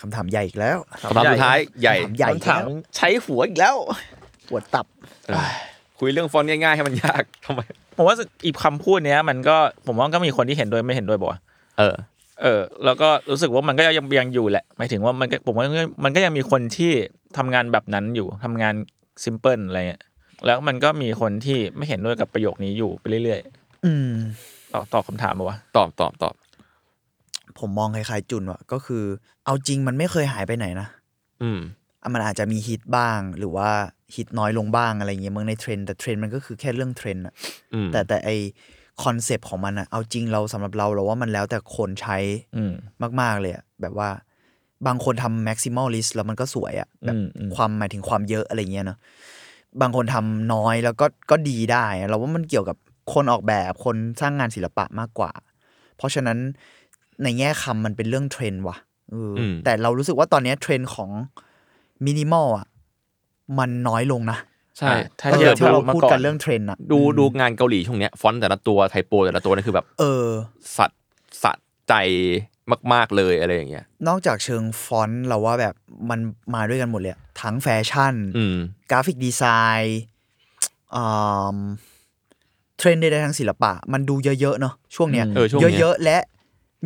S4: คำถามใหญ่อีกแล้ว
S3: คำถามสุดท้ายใหญ่
S4: คำถามใหญ่อีก
S2: คำถาม
S4: แล้ว
S2: ใช้หัวอีกแล้ว
S4: ปวดตับ
S3: คุยเรื่องฟอนต์ง่ายๆให้มันยากทำไม
S2: ผมว่าอีกคำพูดเนี้ย มันก็ผมว่าก็มีคนที่เห็นด้วยไม่เห็นด้วยบอกว่า
S3: เออ
S2: เออ แล้วก็รู้สึกว่ามันก็ยังยังอยู่แหละหมายถึงว่ามันก็ผมว่ามันก็ยังมีคนที่ทำงานแบบนั้นอยู่ทำงานซิมเพิลอะไรเงี้ยแล้วมันก็มีคนที่ไม่เห็นด้วยกับประโยคนี้อยู่ไปเรื่อย
S4: อืม
S2: ๆตอบตอบคำถามปะวะ
S3: ตอบตอบตอบ
S4: ผมมองคล้ายๆจุนว่ะก็คือ เอาจริงมันไม่เคยหายไปไหนนะ
S3: อืม
S4: อ่ะมันอาจจะมีฮิตบ้าง หรือว่าฮิตน้อยลงบ้างอะไรเงี้ยมึงในเทรนด์แต่เทรนด์มันก็คือแค่เรื่องเทรนด์อะ
S3: อืม
S4: แต่แต่ไอคอนเซปต์ของมันอะเอาจริงเราสำหรับเราเราว่ามันแล้วแต่คนใช้
S2: อืม
S4: มาก ๆ เลยอะแบบว่าบางคนทำ maximalist แล้วมันก็สวยอะแบบ
S2: อืมอืม
S4: ความหมายถึงความเยอะอะไรเงี้ยเนาะบางคนทำน้อยแล้วก็ก็ดีได้อะเราว่ามันเกี่ยวกับคนออกแบบคนสร้างงานศิลปะมากกว่า เพราะฉะนั้นในแง่คำมันเป็นเรื่องเทรนด์ว่ะเอออ
S3: ม
S4: แต่เรารู้สึกว่าตอนเนี้ยเทรนด์ของมินิมอลอะมันน้อยลงนะ
S3: ใช่
S2: อ่ะถ้า
S4: เอ
S2: ทีย
S4: อบ ที่เรา
S2: กับ
S4: พูด
S2: มื่
S4: กันเรื่องเทรนด์อะ
S3: ดูดูงานเกาหลีช่วงเนี้ยฟอนต์แต่ละตัวไทโปแต่ละตัวนี่คือแบบ
S4: เออ
S3: สัตสัตใจมาก ๆเลยอะไรอย่างเงี้ย
S4: นอกจากเชิงฟอนต์เราว่าแบบมันมาด้วยกันหมดเลยอะทั้งแฟชั่น
S3: อืม
S4: กราฟิกดีไซน์อืมเทรนด์ใดๆทางศิลปะ มันดูเยอะ ๆ เนอะช่วงเนี้ย
S3: เออช่วงเนี้ย
S4: เยอะ ๆ และ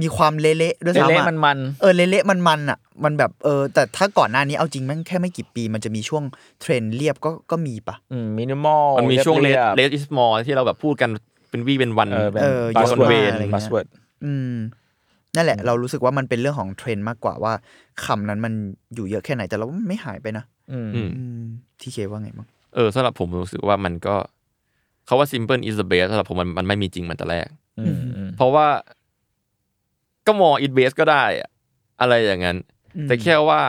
S4: มีความเละๆด้วยซ้ำ
S2: เละ
S4: อะ
S2: ๆมันมัน
S4: เออ เละๆมันๆอ่ะ มันแบบเออ แต่ถ้าก่อนหน้านี้เอาจริงแม่งแค่ไม่กี่ปี มันจะมีช่วงเทรนด์เรียบก็ก็มีปะ
S2: มินิมอล
S3: มันมีช่วงเลสเล
S2: เรียบ
S3: สอิสมอลที่เราแบบพูดกันเป็นวี่เป็นวัน
S2: ๆเออเป็น
S4: เออ
S2: บัส
S4: เยอะ
S2: เวิ
S4: มาก
S2: ร์ด
S4: อะไรเงี้ย
S2: บัสเวิร์ด
S4: อืม นั่นแหละ เรารู้สึกว่ามันเป็นเรื่องของเทรนด์มากกว่าว่าคำนั้นมันอยู่เยอะแค่ไหนแต่เราว่ามันไม่หายไปนะ
S2: อืม
S3: อืม
S4: อืมที่เคว่าไงมั้าง
S3: เออสำหรับผมรู้สึกว่ามันก็เขาว่า simple is the best สำหรับผมมันมันไม่มีจริงมันแต่แรก
S2: อืมอืม
S3: เพราะว่าก็มอง it best ก็ได้อะอะไรอย่างนั้น
S4: อืม
S3: แต่แค่ว่า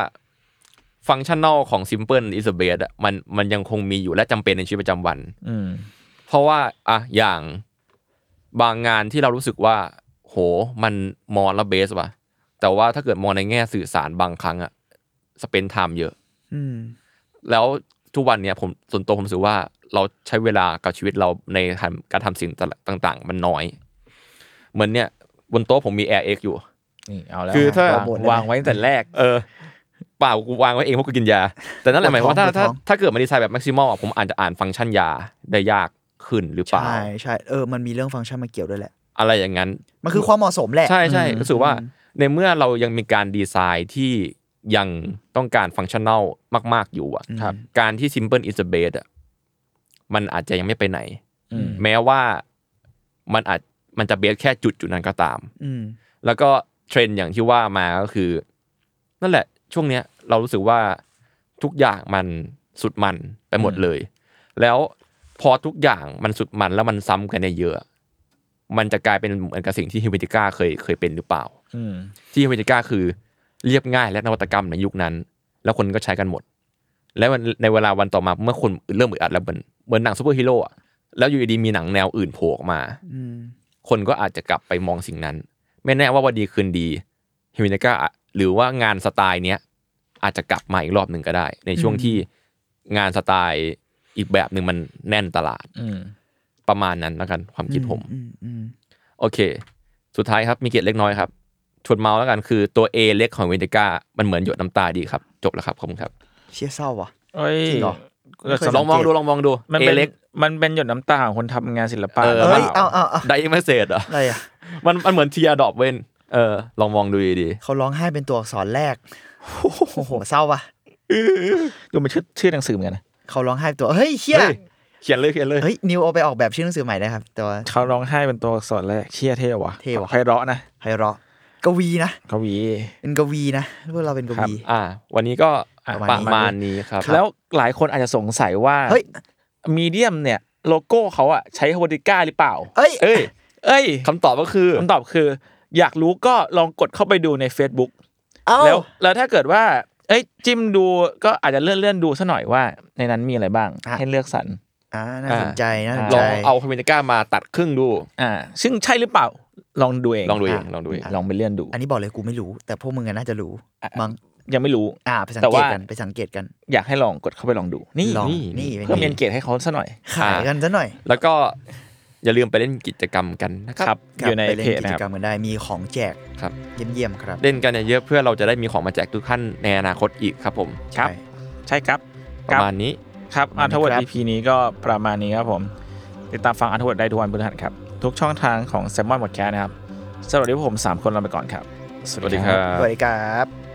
S3: ฟังก์ชันนอลของ simple is the best อะมันมันยังคงมีอยู่และจำเป็นในชีวิตประจำวัน
S2: อืม
S3: เพราะว่าอะอย่างบางงานที่เรารู้สึกว่า โหมันมอนละเบสว่ะ แต่ว่าถ้าเกิดมองในแง่สื่อสารบางครั้งอะสเปนไทม์เยอะ
S4: อืม
S3: แล้วทุกวันเนี้ยผมส่วนตัวผมรู้สึกว่าเราใช้เวลากับชีวิตเราในทำการทำสิ่งต่างๆ มันน้อย เหมือนเนี่ยบนโต๊ะผมมี Air X อยู่
S2: นี่เอาแล้ว
S3: คือถ้า
S2: วงวางไว้ตั้งแต่แรก
S3: เออเปล่ากูวางไว้เองเพราะกูกินยา แต่นั่นแหละหมายความว่าถ้าถ้า
S4: ปวดท้อง
S3: ถ้าเกิดมันดีไซน์แบบแม็กซิมอลผมอาจจะอ่านฟังก์ชันยาได้ยากขึ้นหรือเปล่า
S4: ใช่ใช่เออมันมีเรื่องฟังก์ชันมาเกี่ยวด้วยแหละ
S3: อะไรอย่างนั้น
S4: มันคือความเหมาะสมแหละ
S3: ใช่ใช่
S2: อืม
S3: รู้สึกว่าในเมื่อเรายังมีการดีไซน์ที่ยังต้องการฟังก์ชันแนลมาก ๆ อยู่อะ
S4: ครับ
S3: การที่ simple is the best อะมันอาจจะยังไม่ไปไหน
S2: อืม
S3: แม้ว่ามันอาจมันจะเบสแค่จุดจุดนั้นก็ตาม
S4: อืม
S3: แล้วก็ เทรนด์อย่างที่ว่ามาก็คือ นั่นแหละ ช่วงเนี้ยเรารู้สึกว่าทุกอย่างมันสุดมันไปหมดเลย แล้วพอทุกอย่างมันสุดมันแล้วมันซ้ำกันเนี่ยเยอะ มันจะกลายเป็นเหมือนกับสิ่งที่ฮิวิติก้าเคยเคยเป็นหรือเปล่า
S2: อืม
S3: ที่ฮิวิติก้าคือเรียบง่ายและนวัตกรรมในยุคนั้น แล้วคนก็ใช้กันหมด แล้ววันในเวลาวันต่อมาเมื่อคนเริ่มอึดอัดแล้วเหมือนเหมือนหนังซูเปอร์ฮีโร่อะแล้วอยู่ดีๆมีหนังแนวอื่นโผล่ออกมา
S4: อืม
S3: คนก็อาจจะกลับไปมองสิ่งนั้น ไม่แน่ว่าวันดีคืนดีเฮมินก้าหรือว่างานสไตล์เนี้ยอาจจะกลับมาอีกรอบหนึ่งก็ได้ ในช่วงที่งานสไตล์อีกแบบหนึ่งมันแน่นตลาด
S2: อืม
S3: ประมาณนั้นแล้วกันความคิดผม
S4: อือืม
S3: โอเค สุดท้ายครับมีเกียรติเล็กน้อยครับชวนเมาส์แล้วกันคือตัว A เล็กของเวนเดก้ามันเหมือนหยดน้ำตาดีครับ จบแล้วครับผมครับ
S4: เชี่ยเศร้าว่ะ
S2: เอ้ย
S4: จริงเหรอ
S2: แต่สำห
S3: ล
S2: รั
S3: อบงมองดูลองมองดู
S2: มัน
S3: A
S2: เป็น
S3: เล็ก
S2: มันเป็นหยดน้ำตาของคนทำงานศิลปะ
S3: เออ
S2: หรื
S4: เอ้ย
S2: ปล่
S4: เอาเอาเอา
S3: ไดไม่เศษอ่ะ
S4: อะไรอ่ะ
S3: มันมันเหมือนเทียดอกเว้นเออลองมองดูดี
S4: เขาร้องไห้เป็นตัวอักษรแรกโอ้โหเศร้าว่ะ
S2: ดูเป็นชื่อชื่อหนังสือเหมือนกันนะ
S4: เขาร้องไห้เป็นตัวเฮ้ย
S3: ๆ
S4: เชี่ย
S3: ฮ้เขียนเลยเขียนเลย
S4: เฮ้ยนิวเอาไปออกแบบชื่อหนังสือใหม่ได้ครับแต่ว่า
S2: เขาร้องไห้เป็นตัวอักษรแรกเชี่ยเท่วะ
S4: เท่ว่ะ
S2: ไพเราะนะ
S4: ไพเราะกวีนะ
S2: กวี
S4: เป็นกวีนะพวกเราเป็นกวี
S3: อ่า วันนี้ก็
S2: อ่ะ
S3: ประมาณนี้ครับ
S2: แล้วหลายคนอาจจะสงสัยว่า
S4: เฮ้ย
S2: มีเดียมเนี่ยโลโก้เขาอะใช้ฮวดิก้าหรือเปล่า
S4: เอ้ย
S3: เอ้ย
S2: เอ้ย
S3: คำตอบก็คือ
S2: คำตอบคือ อยากรู้ก็ลองกดเข้าไปดูใน Facebook
S4: เอ้า
S2: แล้วแล้วถ้าเกิดว่า เอ้ยจิ้มดูก็อาจจะเลื่อนเลื่อนๆดูซะหน่อยว่า ในนั้นมีอะไรบ้าง
S4: อ่ะ
S2: ให้เลือกสรร
S4: อ่าน่า
S3: อ่า
S4: สนใจน่าสน
S3: ล
S4: ใจ
S3: องเอาคอมเมนต์ก้ามาตัดครึ่งดู
S2: อ่า ซึ่งใช่หรือเปล่าลองดูเอง
S3: ลองดูเองลองดูเอง
S2: ลองไปเลื่อนดู
S4: อันนี้บอกเลยกูไม่รู้ แต่พวกมึงอะน่าจะรู้
S2: อ่ะ
S4: มั้ง
S2: ยังไม่รู้
S4: อ่าไปสัง
S2: แต่
S4: เกต
S2: ว่า
S4: กันไปสังเกตกัน
S2: อยากให้ลองกดเข้าไปลองดู นี่
S4: ลอง
S2: นี่
S4: นี่เป็น
S2: เพิ่ม
S4: ไง
S2: เอนเกจให้เขาซะหน่อย
S4: ขายกันซะหน่อย
S3: แล้วก็อย่าลืมไปเล่นกิจกรรมกันนะครับ
S2: ครับ
S4: กลั
S2: อบ ยู่ใน
S4: ไปเล่
S2: เพจ
S4: นกิ
S2: นะ
S4: จ
S2: ครับ
S4: กรรมกันได้มีของแจก
S3: ครับ
S4: เยี่ยมๆครับ
S3: เล่นกันเยอะๆเพื่อเราจะได้มีของมาแจกทุกท่านในอนาคตอีกครับผม
S2: ครับ
S4: ใช่
S2: ใช่ครับ
S3: ประมาณนี้
S2: ครับอัธวัต
S4: ครับ
S2: EP นี้ก็ประมาณนี้ครับผม ติดตามฟังอัธวัตได้ทุกวันพฤหัสครับ ทุกช่องทางของแซมมอนบอดแคสนะครับสำหรับวันนี้พวกผมสามคนลาไปก่อนครับ
S3: สวัสดีครับ
S4: สวัสดีครับ